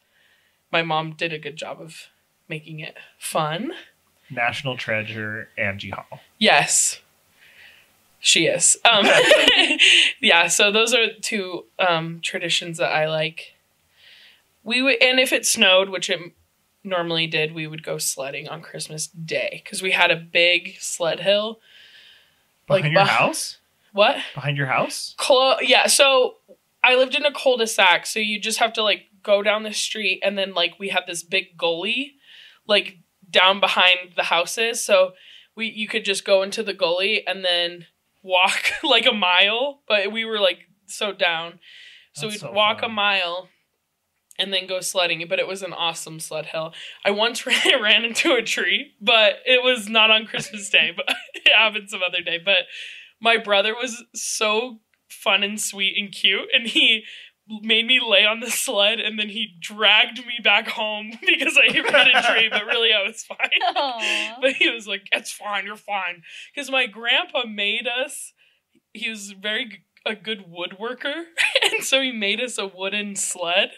B: my mom did a good job of making it fun.
C: National treasure Angie Hall.
B: Yes. She is. Um, yeah, so those are two um, traditions that I like. We would, and if it snowed, which it normally did, we would go sledding on Christmas Day because we had a big sled hill. Like
C: Behind your
B: beh-
C: house?
B: What?
C: Behind your house?
B: Clo- yeah, so I lived in a cul-de-sac, so you just have to like go down the street and then like we had this big gully like down behind the houses. So we you could just go into the gully and then walk like a mile, but we were like so down. So
C: That's
B: we'd
C: so
B: walk
C: fun.
B: a mile and then go sledding, but it was an awesome sled hill. I once ran, ran into a tree, but it was not on Christmas Day, but it happened some other day. But my brother was so fun and sweet and cute, and he made me lay on the sled and then he dragged me back home because I hit a tree, but really I was fine. But he was like, "It's fine, you're fine," because my grandpa made us. He was very g- a good woodworker, and so he made us a wooden sled.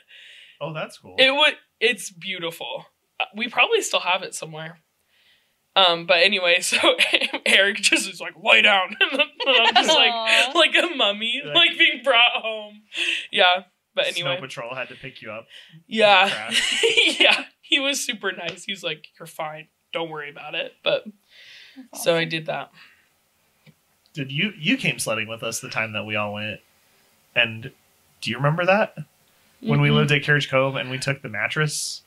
C: Oh, that's cool.
B: It would. It's beautiful. Uh, We probably still have it somewhere. Um, but anyway, so Eric just is like, lay down. and then I'm just
A: Aw.
B: like, like a mummy,
C: Like-
B: like being brought home. Yeah. But anyway.
C: Snow Patrol had to pick you up.
B: Yeah.
C: Crash.
B: yeah. He was super nice. He was like, You're fine. Don't worry about it. But so I did that.
C: Did you you came sledding with us the time that we all went? And do you remember that when we
A: Mm-hmm.
B: Mhm.
C: lived at Carriage Cove and we took the mattress?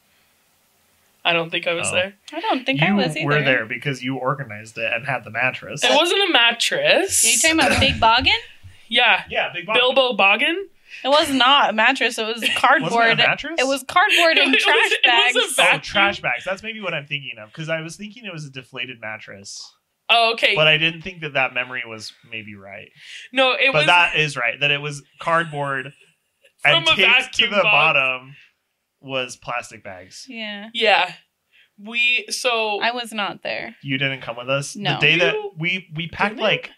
B: I don't think I was
C: Oh.
B: there.
A: I don't think
C: you
A: I was either.
C: were there because you organized it and had the mattress.
B: It wasn't a
A: Are
B: mattress.
A: you talking about Big Boggin?
B: yeah.
C: yeah, big box.
B: Bilbo Boggin.
A: It was not a mattress. It was
C: Wasn't it a
A: cardboard.
C: mattress?
A: It was cardboard and
B: It was-
A: trash
B: it
A: bags.
B: was a
C: Oh,
B: vacuum.
C: trash bags. That's maybe what I'm thinking of because I was thinking it was a deflated mattress,
B: Oh, okay.
C: but I didn't think that that memory was maybe right.
B: no, it
C: but
B: was
C: that is right. That it was cardboard
B: from
C: and
B: a
C: taped to
B: vacuum
C: the
B: box.
C: bottom was plastic bags.
A: yeah,
B: Yeah. We so
A: I was not there.
C: You didn't come with us the
A: No.
C: day that
B: You
C: we we packed
B: didn't?
C: like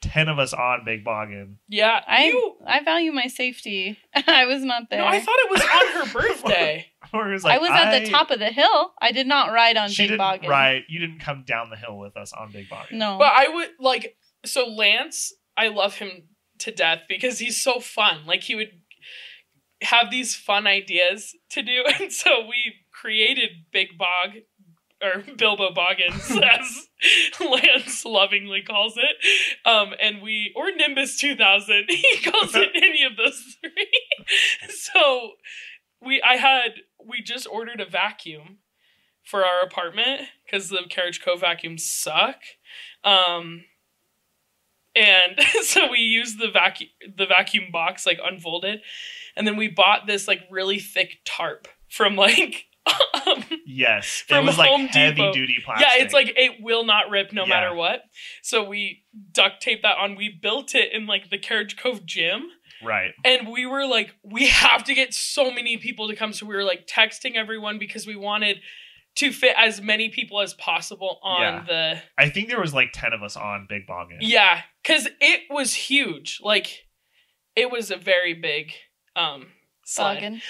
C: ten of us on Big Boggin.
B: yeah.
A: I
B: you,
A: I value my safety. I was not there.
B: no, I thought it was on her birthday.
C: Or it was
A: I was at the top of the hill. I did not ride on
C: she
A: Big
C: didn't
A: Boggin.
C: ride. You didn't come down the hill with us on Big Boggin.
A: No.
B: But I would like so Lance, I love him to death because he's so fun. Like he would have these fun ideas to do, and so we created Big Bog or Bilbo Boggins as Lance lovingly calls it. Um and we or Nimbus 2000, he calls it any of those three. so we I had we just ordered a vacuum for our apartment because the carriage co vacuums suck. Um, and so we used the vacuum the vacuum box like unfolded, and then we bought this like really thick tarp from like um,
C: Yes, it
B: From
C: was like
B: Home
C: heavy
B: Depot.
C: duty plastic.
B: yeah, it's like it will not rip no
C: Yeah.
B: matter what. So we duct taped that on. We built it in like the Carriage Cove gym.
C: right.
B: And we were like, we have to get so many people to come. So we were like texting everyone because we wanted to fit as many people as possible on
C: Yeah.
B: the
C: I think there was like ten of us on Big Boggin.
B: yeah, because it was huge. Like it was a very big um slide.
A: Boggin.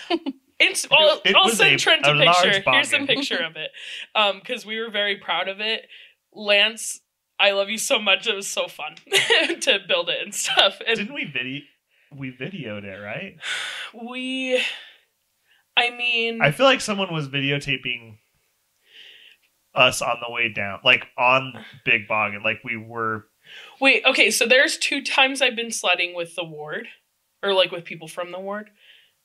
B: It's I'll,
C: It
B: I'll
C: was
B: send
C: a-
B: Trent
C: a
B: a
C: large
B: picture. Here's a
C: boggin.
B: picture of it. Um, because we were very proud of it. Lance, I love you so much. It was so fun to build it and stuff. And
C: Didn't we video? We videoed it, right?
B: we I mean
C: I feel like someone was videotaping us on the way down, like on Big Boggin, like we were.
B: Wait, okay, so there's two times I've been sledding with the ward, or like with people from the ward.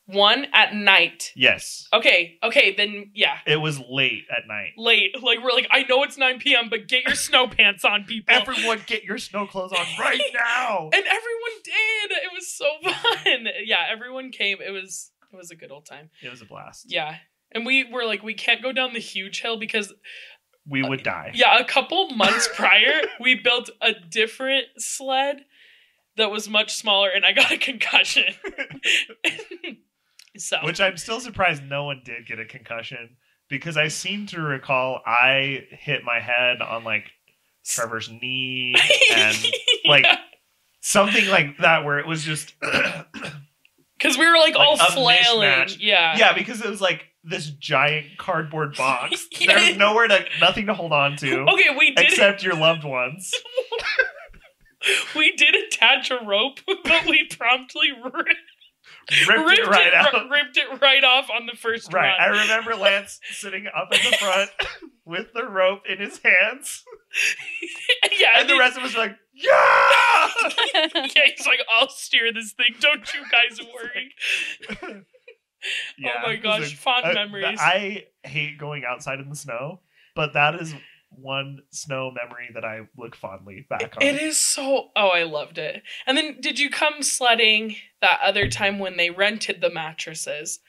B: One at night.
C: Yes,
B: Okay, okay, then yeah,
C: it was late at night.
B: late. Like we're like, I know it's 9 p.m., but get your snow pants on, people.
C: Everyone, get your snow clothes on right now.
B: and everyone did. It was so fun. Yeah, everyone came. It was it was a good old time.
C: It was a blast.
B: Yeah. And we were like, we can't go down the huge hill because
C: We would die.
B: Yeah, a couple months prior, we built a different sled that was much smaller, and I got a concussion. so,
C: Which I'm still surprised no one did get a concussion because I seem to recall I hit my head on like Trevor's knee and like something like that where it was just
B: because we were like, all
C: like a
B: flailing.
C: mishmash.
B: Yeah.
C: Yeah, because it was like this giant cardboard box.
B: Yeah.
C: There's nowhere to, nothing to hold on to
B: Okay, we Oh, did
C: except your loved ones.
B: we did attach a rope, but we promptly ripped,
C: Ripped,
B: ripped
C: it right out.
B: ripped it right off on the first
C: right.
B: run.
C: I remember Lance sitting up in the front with the rope in his hands,
B: yeah,
C: and the rest of us were like, "Yeah!"
B: yeah, he's like, I'll steer this thing. Don't you guys worry.
C: Yeah,
B: oh my
C: it was a-
B: gosh, fond
C: uh, th-
B: memories.
C: I hate going outside in the snow, but that is one snow memory that I look fondly back on.
B: It is so. Oh, I loved it. And then, did you come sledding that other time when they rented the mattresses,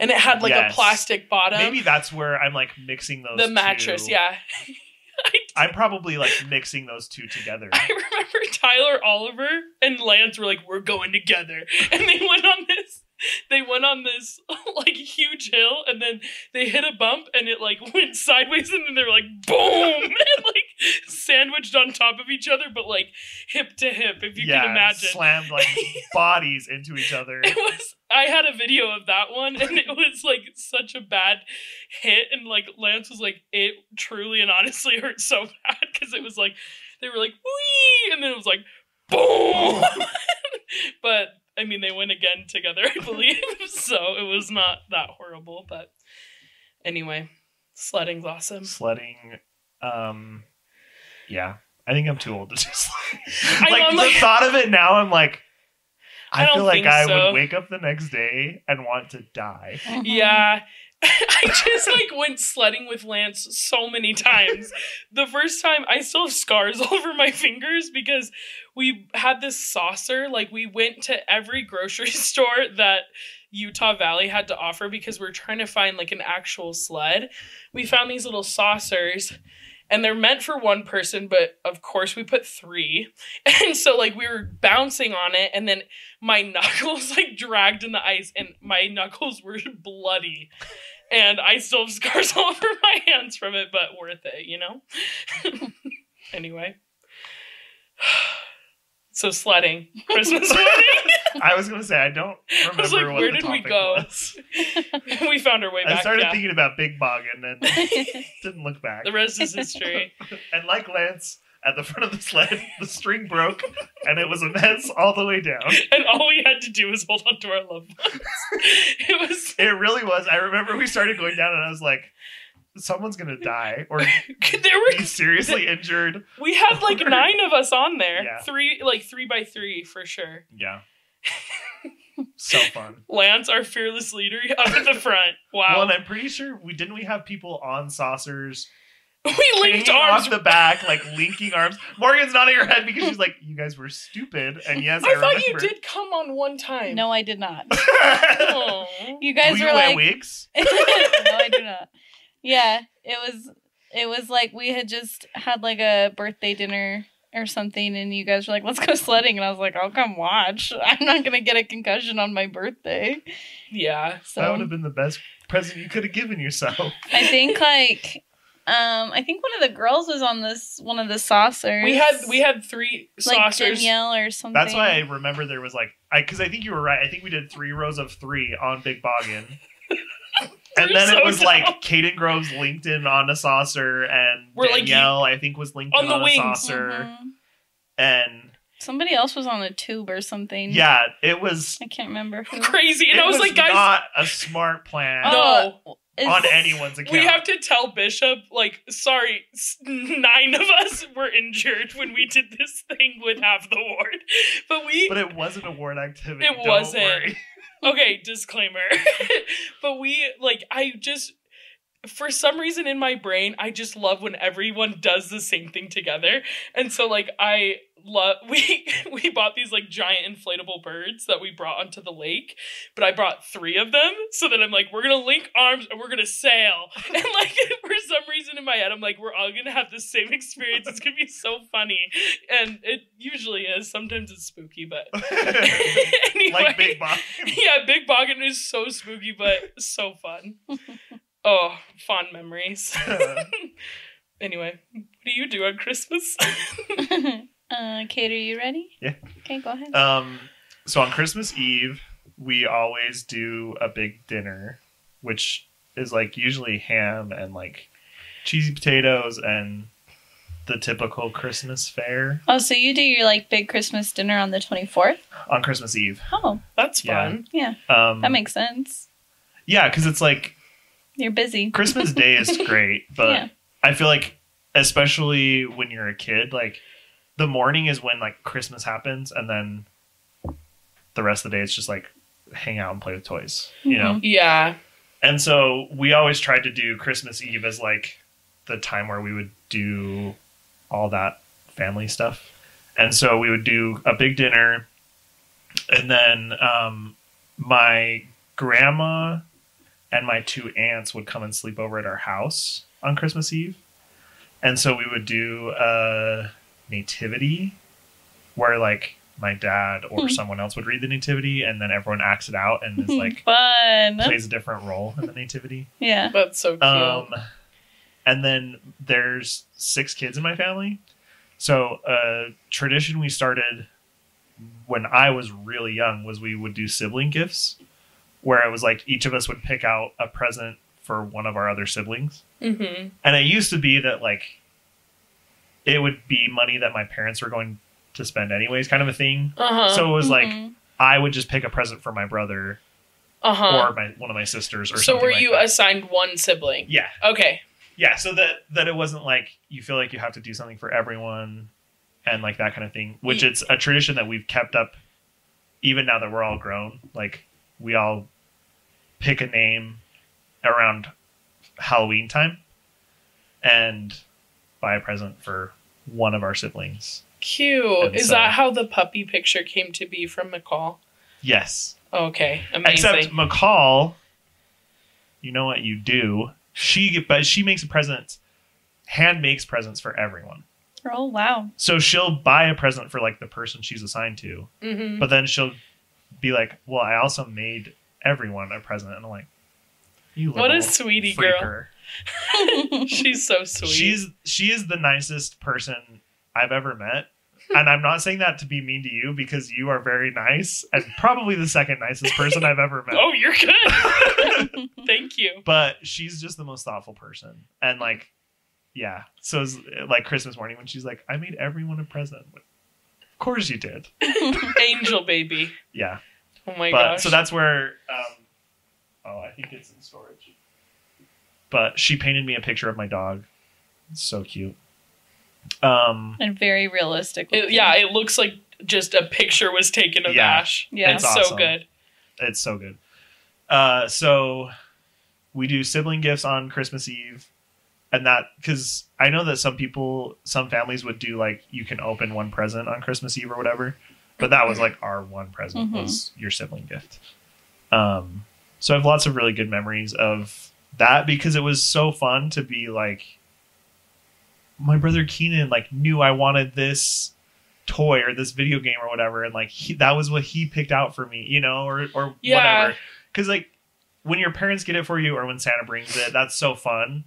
B: and it had like
C: Yes.
B: a plastic bottom?
C: Maybe that's where I'm like mixing those
B: the mattress.
C: two.
B: Yeah,
C: I'm probably like mixing those two together.
B: I remember Tyler Oliver and Lance were like, "We're going together," and they went on this. They went on this like huge hill, and then they hit a bump, and it like went sideways, and then they were like, "Boom!" and like sandwiched on top of each other, but like hip to hip, if you
C: yeah,
B: can imagine.
C: slammed like bodies into each other.
B: It was. I had a video of that one, and it was like such a bad hit. And like Lance was like, it truly and honestly hurt so bad because it was like they were like wee, and then it was like boom. but I mean, they went again together, I believe. so it was not that horrible. But anyway, sledding's awesome.
C: sledding. Um, yeah, I think I'm too old to just
B: I
C: like,
B: know, I'm
C: the
B: like-
C: thought of it now. I'm like, I,
B: I don't
C: feel like
B: think
C: I
B: so.
C: would wake up the next day and want to die.
A: Uh-huh.
B: Yeah. I just like went sledding with Lance so many times. The first time I still have scars over my fingers because we had this saucer. Like we went to every grocery store that Utah Valley had to offer because we are trying to find like an actual sled. We found these little saucers and they're meant for one person, but of course we put three. And so like we were bouncing on it and then my knuckles like dragged in the ice and my knuckles were bloody. And I still have scars all over my hands from it, but worth it, you know? anyway. So sledding. Christmas sledding.
C: I was gonna say I don't remember
B: I was like,
C: what
B: where
C: the
B: did we
C: topic
B: go?
C: was.
B: we found our way back.
C: I started
B: yeah.
C: thinking about Big Bog and then didn't look back.
B: the rest is history.
C: And like Lance at the front of the sled, the string broke and it was a mess all the way down.
B: and all we had to do was hold on to our loved ones. it was
C: It really was. I remember we started going down and I was like, someone's gonna die or
B: there
C: be
B: were
C: seriously injured.
B: we had like
C: Over.
B: nine of us on there.
C: Yeah.
B: Three like three by three for sure.
C: Yeah. so fun.
B: Lance, our fearless leader, up at the front. Wow.
C: Well, and I'm pretty sure we didn't we have people on saucers
B: we linked
C: hanging
B: arms.
C: off the back, like linking arms. Morgan's nodding her head because she's like, You guys were stupid. And yes, I,
B: I thought you
C: remember.
B: did come on one time.
A: no, I did not.
B: Aw.
A: You guys
C: Will
A: were
C: you wear
A: like,
C: wigs?
A: no, I do not. Yeah, it was. It was like we had just had like a birthday dinner or something, and you guys were like, "Let's go sledding," and I was like, "I'll come watch. I'm not gonna get a concussion on my birthday."
B: Yeah.
C: That would
A: So
C: have been the best present you could have given yourself.
A: I think like, um, I think one of the girls was on this one of the saucers.
B: We had we had three
A: like
B: saucers.
A: Danielle or something.
C: That's why I remember there was like I because I think you were right. I think we did three rows of three on Big Boggin. and
B: We're
C: then
B: so
C: it was
B: dumb.
C: like Caden Groves linked in on a saucer and
B: We're like,
C: Danielle, I think, was linked
B: on
C: in
B: the
C: on a
B: wings. Mm-hmm.
C: saucer.
A: Mhm.
C: And
A: Somebody else was on a tube or something.
C: yeah, it was
A: I can't remember who.
B: Crazy. And
C: it
B: I was, like, guys,
C: not a smart plan
A: Oh.
B: no.
C: on
A: It's-
C: anyone's account.
B: We have to tell Bishop, like, sorry, s- nine of us were injured when we did this thing with half the ward. But we,
C: but it wasn't a ward activity.
B: It
C: don't
B: wasn't.
C: worry.
B: okay, disclaimer. but we, like, I just, for some reason in my brain, I just love when everyone does the same thing together. And so, like, I love, we, we bought these, like, giant inflatable birds that we brought onto the lake, but I brought three of them. So then I'm like, we're going to link arms and we're going to sail. And, like, for some reason in my head, I'm like, we're all going to have the same experience. It's going to be so funny. And it usually is. Sometimes it's spooky, but. anyway
C: like Big Boggin.
B: yeah, Big Boggin is so spooky, but so fun. Oh, fond memories. Anyway, what do you do on Christmas?
A: uh, Kate, are you ready?
C: Yeah.
A: Okay, go ahead.
C: Um, so on Christmas Eve, we always do a big dinner, which is like usually ham and like cheesy potatoes and the typical Christmas fare
A: oh, so you do your like big Christmas dinner on the 24th?
C: on Christmas Eve.
A: Oh,
B: That's
C: Yeah.
B: fun.
A: yeah.
C: Um,
A: That makes sense.
C: yeah, because it's like
A: You're busy.
C: Christmas Day is great, but
A: Yeah.
C: I feel like especially when you're a kid, like the morning is when like Christmas happens, and then the rest of the day it's just like hang out and play with toys, you know.
A: Mhm.
B: Yeah.
C: And so we always tried to do Christmas Eve as like the time where we would do all that family stuff. And so we would do a big dinner. And then um, my grandma and my two aunts would come and sleep over at our house on Christmas Eve. And so we would do a nativity where like my dad or
A: Hmm.
C: someone else would read the nativity and then everyone acts it out and is like
A: fun.
C: plays a different role in the nativity.
A: Yeah.
B: That's so cute.
C: Um, and then there's six kids in my family, So a tradition we started when I was really young was we would do sibling gifts, where it was like each of us would pick out a present for one of our other siblings.
B: Mm-hmm.
C: And it used to be that like it would be money that my parents were going to spend anyways, kind of a thing.
B: Uh huh.
C: So it was like
A: Mhm.
C: I would just pick a present for my brother
B: uh huh.
C: or my one of my sisters or
B: So
C: something
B: were
C: like
B: you
C: that.
B: assigned one sibling?
C: yeah
B: Okay.
C: yeah so that that it wasn't like you feel like you have to do something for everyone and like that kind of thing which
B: Ye-
C: it's a tradition that we've kept up even now that we're all grown like we all pick a name around halloween time and buy a present for one of our siblings
B: Cute.
C: And
B: Is
C: so-
B: that how the puppy picture came to be from McCall?
C: yes
B: Okay. Amazing.
C: except mccall you know what you do she but she makes a present hand makes presents for everyone
A: Oh wow.
C: So she'll buy a present for like the person she's assigned to,
B: mm-hmm.
C: but then she'll be like, "Well, I also made everyone a present," and I'm like, "You
B: What a
C: little
B: sweetie girl.
C: freaker."
B: She's so sweet.
C: She's she is the nicest person I've ever met,
B: Hmm.
C: and I'm not saying that to be mean to you because you are very nice and probably the second nicest person I've ever met.
B: Oh, you're good. Thank you.
C: But she's just the most thoughtful person, and like, yeah. So it's like Christmas morning when she's like, "I made everyone a present." Of course you did.
B: Angel baby.
C: Yeah.
B: Oh my
C: but
B: gosh.
C: so that's where um, oh i think it's in storage but she painted me a picture of my dog it's so cute um
A: And very realistic.
B: It-
A: looking.
B: yeah, it looks like just a picture was taken of
C: Yeah.
B: Ash.
A: Yeah.
B: It's
C: It's
B: so
C: awesome.
B: good.
C: it's so good uh so we do sibling gifts on christmas eve and that because i know that some people some families would do like you can open one present on christmas eve or whatever but that was like our one present
B: Mm-hmm.
A: Mhm.
C: was your sibling gift um so i have lots of really good memories of that because it was so fun to be like my brother keenan like knew i wanted this toy or this video game or whatever and like he, that was what he picked out for me you know or or
B: Yeah.
C: whatever because like when your parents get it for you or when santa brings it that's so fun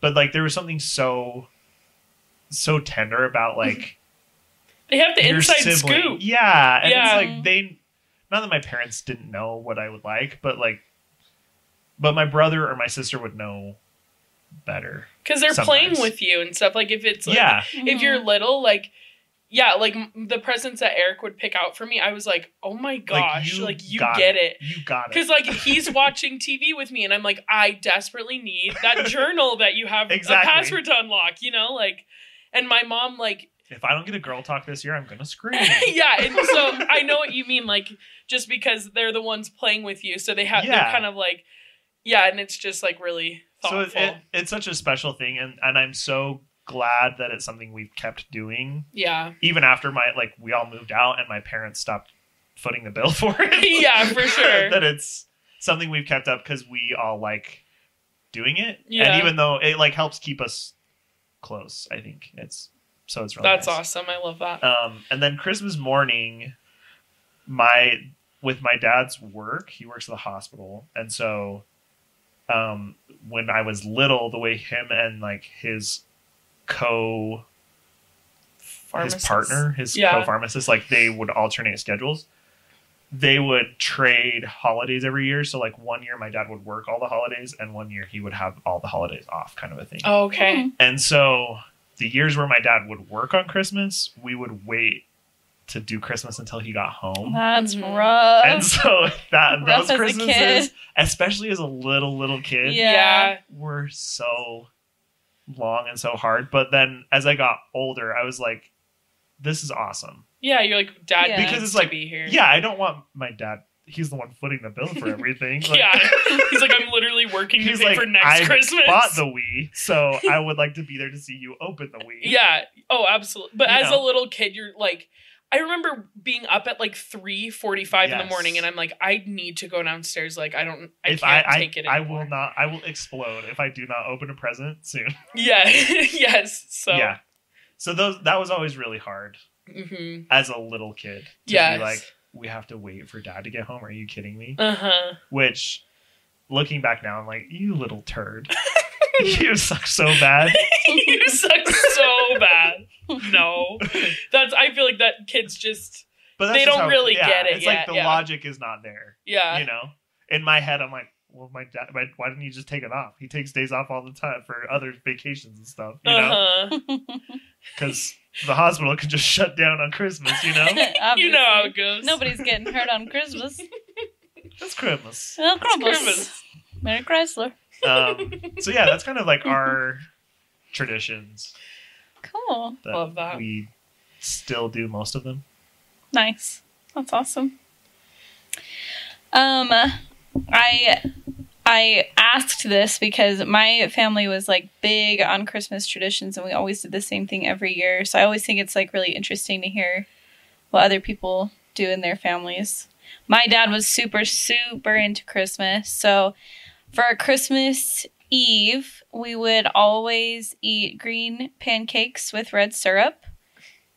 C: but like there was something so so tender about like
B: They have the
C: your
B: inside
C: sibling.
B: scoop.
C: Yeah, and
B: Yeah.
C: it's like they. Not that my parents didn't know what I would like, but like, but my brother or my sister would know better.
B: Because they're playing
C: Sometimes.
B: with you and stuff. Like if it's like,
C: yeah,
B: if you're little, like yeah, like m- the presents that Eric would pick out for me, I was like, oh my gosh,
C: you
B: like you,
C: got
B: get it.
C: you got
B: Because
C: it.
B: like he's watching TV with me, and I'm like, I desperately need that journal that you have a
C: Exactly.
B: password to unlock. You know, like, and my mom like,
C: If I don't get a girl talk this year, I'm gonna scream.
B: yeah, and so I know what you mean. Like, just because they're the ones playing with you, so they have they're
C: Yeah.
B: kind of like, yeah, and it's just like really
C: so
B: thoughtful.
C: it, it, it's such a special thing, and and I'm so glad that it's something we've kept doing
B: yeah,
C: even after my like we all moved out and my parents stopped footing the bill for it.
B: Yeah, for sure.
C: that it's something we've kept up because we all like doing it.
B: Yeah.
C: And even though it like helps keep us close, I think it's so it's really
B: that's
C: nice.
B: awesome. I love that.
C: Um, and then Christmas morning, my with my dad's work, he works at the hospital, and so um, when I was little, the way him and like his co his
B: Pharmacist.
C: partner, his
B: Yeah.
C: co-pharmacist, like they would alternate schedules. They would trade holidays every year. So like one year my dad would work all the holidays and one year he would have all the holidays off kind of a thing.
A: Mm-hmm.
B: Okay.
C: And so the years where my dad would work on Christmas, we would wait to do Christmas until he got home.
A: That's
B: Mhm.
A: rough.
C: and so that
A: rough
C: those
A: as a
C: Christmases,
A: kid.
C: especially as a little little kid,
A: Yeah.
C: were so long and so hard. But then as I got older, I was like, this is awesome.
B: Yeah, you're like dad
A: Yeah.
B: needs
C: Because it's
B: to
C: like,
B: be here.
C: Yeah, I don't want my dad. He's the one footing the bill for everything. Like,
B: yeah. He's like, I'm literally working to
C: he's
B: pay
C: like,
B: for next
C: I
B: Christmas.
C: bought the Wii, so I would like to be there to see you open the Wii.
B: yeah. Oh, absolutely. But
C: You
B: as a
C: know.
B: little kid, you're like, I remember being up at like three forty-five in the
C: Yes.
B: morning, and I'm like, I need to go downstairs. Like, I don't, I
C: if I,
B: can't
C: I,
B: take it.
C: I
B: anymore.
C: will not. I will explode if I do not open a present soon.
B: Yeah. yes. So.
C: Yeah. So those that was always really hard
B: hmm
C: as a little kid. To
B: Yes.
C: Be like we have to wait for dad to get home. Are you kidding me?
B: Uh huh.
C: Which, looking back now, I'm like, you little turd. you suck so bad.
B: you suck so bad. no. That's I feel like that kids just
C: But that's
B: They
C: just
B: don't really
C: yeah,
B: get it
C: It's
B: yet,
C: like the
B: yeah.
C: logic is not there.
B: yeah.
C: you know, in my head, I'm like, well, my dad, my, why didn't he just take it off? He takes days off all the time for other vacations and stuff, you know,
B: uh-huh.
C: because the hospital can just shut down on Christmas, you know.
B: You know how
A: Obviously.
B: it goes.
A: Nobody's getting hurt on Christmas.
C: it's Christmas.
A: Well, Christmas.
B: Christmas.
A: Merry Chrysler.
C: Um, so yeah, that's kind of like our traditions
A: Cool.
C: that,
B: Love that.
C: we still do most of them.
A: Nice. That's awesome. Um I I asked this because my family was like big on Christmas traditions and we always did the same thing every year. So I always think it's like really interesting to hear what other people do in their families. My dad was super super into Christmas. So for Christmas Eve, we would always eat green pancakes with red syrup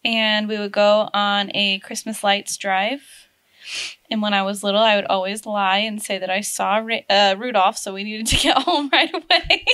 A: and we would go on a Christmas lights drive. And when I was little, I would always lie and say that I saw Ra- uh, Rudolph, so we needed to get home right away.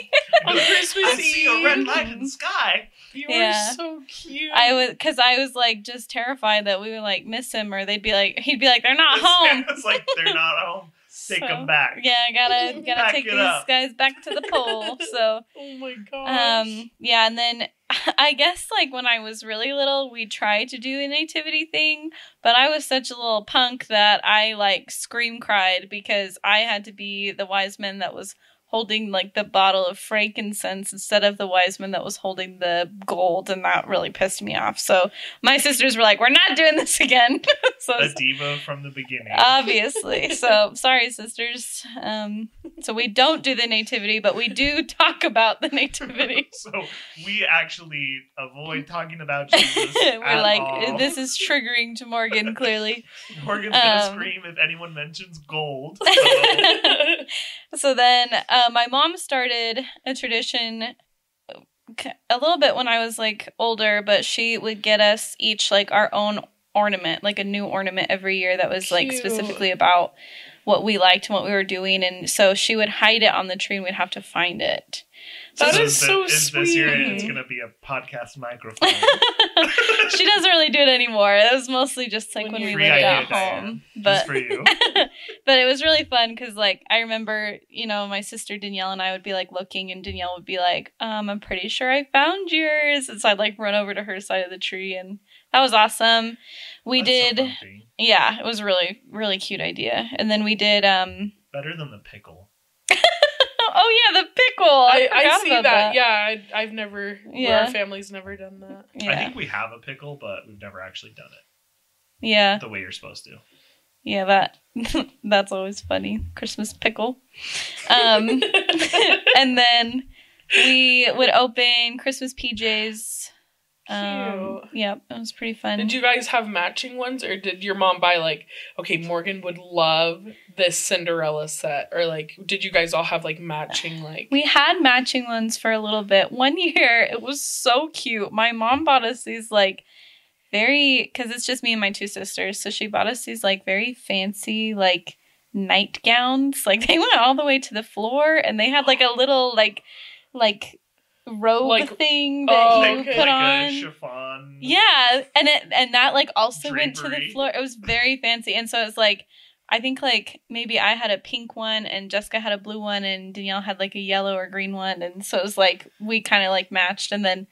B: On Christmas
C: I
B: Eve.
C: see a red light in the sky.
B: You
A: Yeah.
B: were so cute.
A: I was, cause I was like just terrified that we would like miss him, or they'd be like, he'd be like, they're not home.
C: it's like they're not home. Take
A: So,
C: them back.
A: Yeah, I gotta gotta
C: Back
A: take
C: it
A: these
C: up.
A: guys back to the pole. So
B: Oh my gosh.
A: Um, yeah, and then I guess like when I was really little, we tried to do a nativity thing, but I was such a little punk that I like scream cried because I had to be the wise man that was holding like the bottle of frankincense instead of the wise man that was holding the gold, and that really pissed me off. So my sisters were like, "We're not doing this again." so
C: A diva from the beginning.
A: Uh, obviously so sorry sisters um so we don't do the nativity but we do talk about the nativity
C: so we actually avoid talking about Jesus.
A: We're
C: at
A: like,
C: all.
A: this is triggering to Morgan, clearly.
C: Morgan's gonna
A: Um,
C: scream if anyone mentions gold. So,
A: so then uh, my mom started a tradition uh, k- a little bit when I was like older, but she would get us each like our own ornament, like a new ornament every year that was like
B: Cute.
A: specifically about what we liked and what we were doing. And so she would hide it on the tree and we'd have to find it.
B: That
C: so
B: is so
C: thi- This year
A: sweet.
C: it's gonna be a podcast microphone.
A: she doesn't really do it anymore. It was mostly just like
B: When
A: when,
B: you-
A: we
B: Free
A: lived
B: idea,
A: at
C: Diane.
A: home.
C: Just
A: But
C: for you.
A: but it was really fun because like i remember you know my sister danielle and i would be like looking and danielle would be like um i'm pretty sure i found yours and so i'd like run over to her side of the tree and that was awesome we
C: That's so
A: did
C: comfy.
A: yeah it was a really really cute idea and then we did um
C: better than the pickle.
A: oh yeah the pickle i,
B: I, I
A: forgot
B: see
A: about
B: that.
A: that,
B: Yeah, I, I've never. Yeah.
A: Yeah.
B: Our family's never done that.
A: yeah
C: I think we have a pickle, but we've never actually done it
A: yeah
C: the way you're supposed to.
A: yeah that that's always funny christmas pickle um and then we would open Christmas PJs. Um, yep, it was pretty fun.
B: Did you guys have matching ones, or did your mom buy like, okay, Morgan would love this Cinderella set, or like, did you guys all have like matching like?
A: we had matching ones for a little bit. One year, it was so cute. My mom bought us these like very because it's just me and my two sisters. So she bought us these like very fancy like nightgowns. Like they went all the way to the floor, and they had like a little like like robe
B: Like-
A: thing that
B: Oh,
A: you
B: okay.
A: put
C: like
A: on.
C: a chiffon.
A: Yeah, and it and that like also went to the
C: Drapery.
A: floor. It was very fancy, and so it was like I think like maybe I had a pink one, and Jessica had a blue one, and Danielle had like a yellow or green one, and so it was like we kind of like matched, and then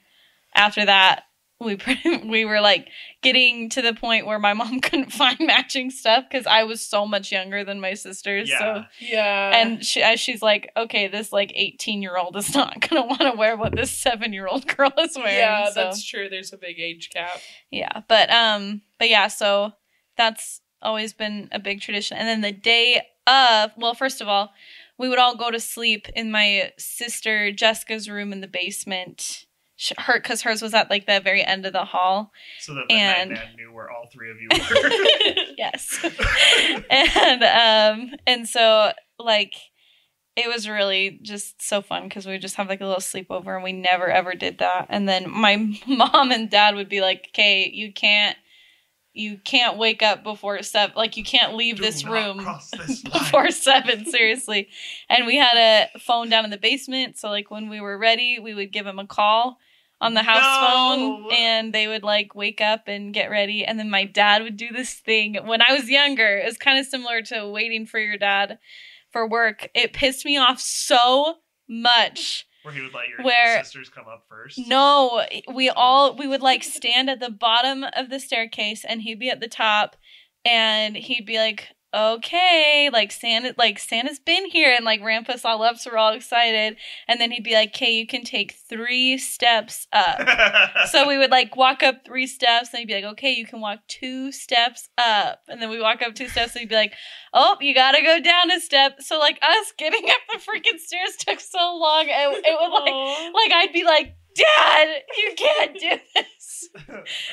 A: after that we pretty- we were like getting to the point where my mom couldn't find matching stuff because I was so much younger than my sisters,
C: Yeah.
A: so.
B: Yeah.
A: And she, as she's like, okay, this like eighteen year old is not gonna want to wear what this seven year old girl is wearing.
B: yeah,
A: so.
B: that's true. There's a big age gap.
A: Yeah, but um, but yeah, so that's always been a big tradition. And then the day of, well, first of all, we would all go to sleep in my sister Jessica's room in the basement. Sh- Her, because hers was at like the very end of the hall.
C: So that the
A: And-
C: night man knew where all three of you were.
A: Yes, and um, and so like. It was really just so fun because we would just have like a little sleepover and we never ever did that. And then my mom and dad would be like, "Okay, you can't you can't wake up before seven. Like you can't leave
C: Do
A: this
C: not
A: room
C: cross this line.
A: before seven. Seriously. And we had a phone down in the basement, so like when we were ready, we would give him a call. on the house
C: No!
A: phone and they would like wake up and get ready and then my dad would do this thing when i was younger it was kind of similar to waiting for your dad for work it pissed me off so much
C: Where he would let your
A: Where-
C: sisters come up first.
A: no, we all we would like stand at the bottom of the staircase and he'd be at the top and he'd be like, "Okay, like Santa like Santa's been here and like ramp us all up so we're all excited." And then he'd be like, "Okay, you can take 3 steps up." so we would like walk up 3 steps and he'd be like, "Okay, you can walk 2 steps up." And then we walk up 2 steps and he'd be like, "Oh, you got to go down a step." So like us getting up the freaking stairs took so long and it would like
B: Aw.
A: like I'd be like, Dad, you can't do this.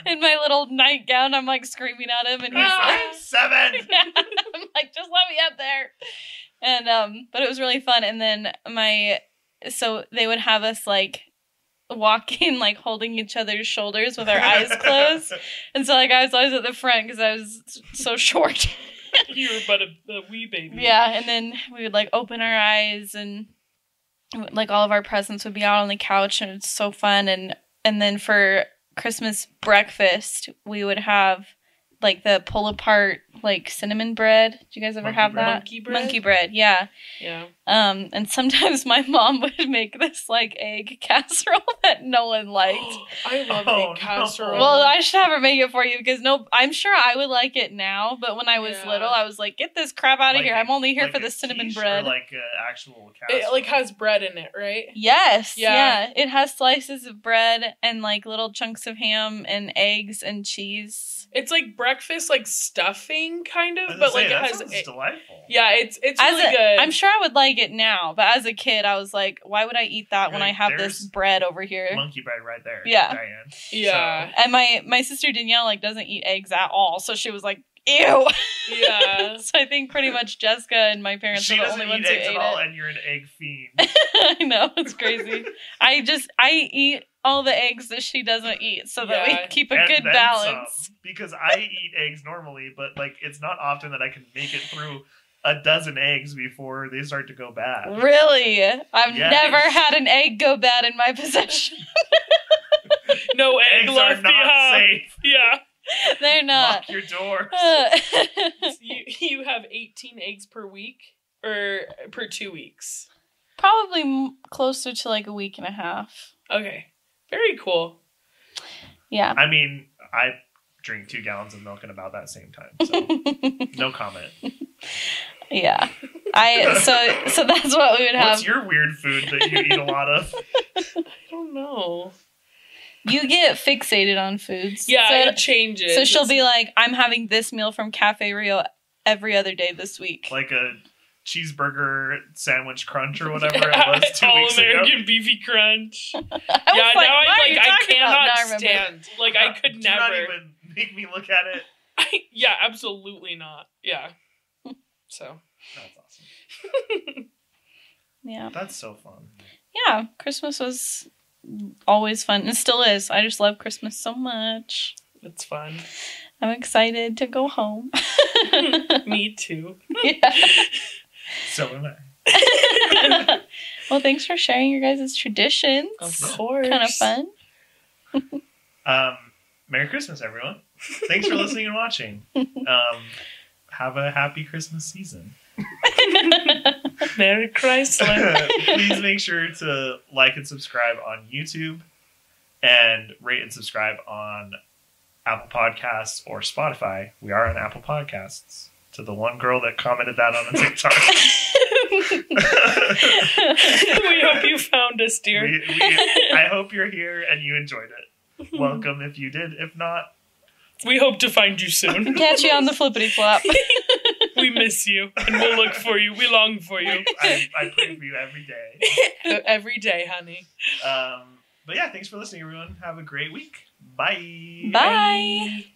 A: In my little nightgown, I'm like screaming at him, and he's like,
C: It's like, Seven.
A: yeah. I'm like, just let me up there. And um, but it was really fun. And then my, so they would have us like walking, like holding each other's shoulders with our eyes closed. And so like I was always at the front because I was so short.
B: you were but a, a wee baby.
A: Yeah, and then we would like open our eyes and like all of our presents would be out on the couch and it's so fun and and then for Christmas breakfast we would have like the pull apart like cinnamon bread. Do you guys ever
C: Monkey
A: have
C: bread?
A: that?
B: Monkey bread.
A: Monkey bread, yeah.
B: Yeah.
A: Um, and sometimes my mom would make this like egg casserole that no one liked.
B: I love
C: Oh, no.
B: egg casserole.
A: Well, I should have her make it for you because no, I'm sure I would like it now. But when I was
B: Yeah.
A: little, I was like, "Get this crap out of
C: Like
A: here!
C: a-
A: I'm only here
C: Like
A: for
C: a
A: the cinnamon
C: quiche or
A: bread."
C: like uh, actual
B: it like
C: casserole?
B: has bread in it, right?
A: Yes.
B: Yeah.
A: Yeah. It has slices of bread and like little chunks of ham and eggs and cheese.
B: It's like breakfast, like stuffing kind
C: I
B: of,
C: was
B: but
C: gonna say,
B: like it
C: that
B: has.
C: sounds
B: egg-
C: delightful.
B: yeah, it's it's
A: As
B: really
A: a-
B: good.
A: I'm sure I would like it now, but as a kid, I was like, why would I eat that when
C: Right,
A: I have this
C: there's
A: bread over here?
C: Monkey bread right there.
A: Yeah.
C: Diane.
B: yeah,
A: And my my sister Danielle like doesn't eat eggs at all, so she was like, ew.
B: yeah.
A: so I think pretty much Jessica and my parents
C: she
A: are the
C: doesn't
A: only
C: eat
A: ones who
C: eggs
A: ate
C: at all,
A: it.
C: and you're an egg fiend.
A: I know it's crazy. I just I eat all the eggs that she doesn't eat, so that
B: Yeah.
A: we keep a
C: And
A: good
C: then
A: balance.
C: some, because I eat eggs normally, but like it's not often that I can make it through a dozen eggs before they start to go bad.
A: Really? I've
C: Yes.
A: never had an egg go bad in my possession.
B: No egg
C: Eggs
B: left
C: are not
B: behind.
C: safe.
B: Yeah,
A: They're not.
C: Lock your door.
A: Uh,
B: you you have 18 eggs per week or per two weeks.
A: Probably m- closer to like a week and a half.
B: Okay, very cool.
A: Yeah.
C: I mean, I drink two gallons of milk in about that same time. So no comment.
A: Yeah. I so so that's what we would have.
C: What's your weird food that you eat a lot of?
B: I don't know.
A: you get fixated on foods.
B: Yeah,
A: So,
B: it changes.
A: so she'll be like, "I'm having this meal from Cafe Rio every other day this week."
C: Like a cheeseburger sandwich crunch or whatever it was two
B: All
C: weeks ago.
B: American beefy crunch.
A: I was
B: yeah,
A: like,
B: now
A: "What
B: I'm
A: are you
B: like I
A: talking about?"
B: cannot
A: Now I remember.
B: stand. Like I could
C: Uh, Do
B: never.
C: Not even make me look at it.
B: yeah, absolutely not. Yeah. So
C: That's awesome.
A: Yeah.
C: That's so fun.
A: Yeah, Christmas was always fun and still is. I just love Christmas so much.
B: it's fun.
A: I'm excited to go home.
B: Me too.
A: Yeah.
C: So am I.
A: well, thanks for sharing your guys' traditions.
B: course.
A: Kind of fun.
C: Um, Merry Christmas, everyone. Thanks for listening and watching. Um, have a happy Christmas season.
B: Merry Chrysler.
C: Please make sure to like and subscribe on YouTube and rate and subscribe on Apple Podcasts or Spotify. We are on Apple Podcasts. To the one girl that commented that on the TikTok.
B: we hope you found us,
C: we,
B: dear.
C: we, I hope you're here and you enjoyed it. Welcome if you did. If not,
B: We hope to find you soon.
A: Catch you on the flippity flop.
B: We miss you and we'll look for you. We long for you.
C: I, I pray for you every day.
B: Every day, honey.
C: Um, but yeah, thanks for listening, everyone. Have a great week. Bye.
A: Bye.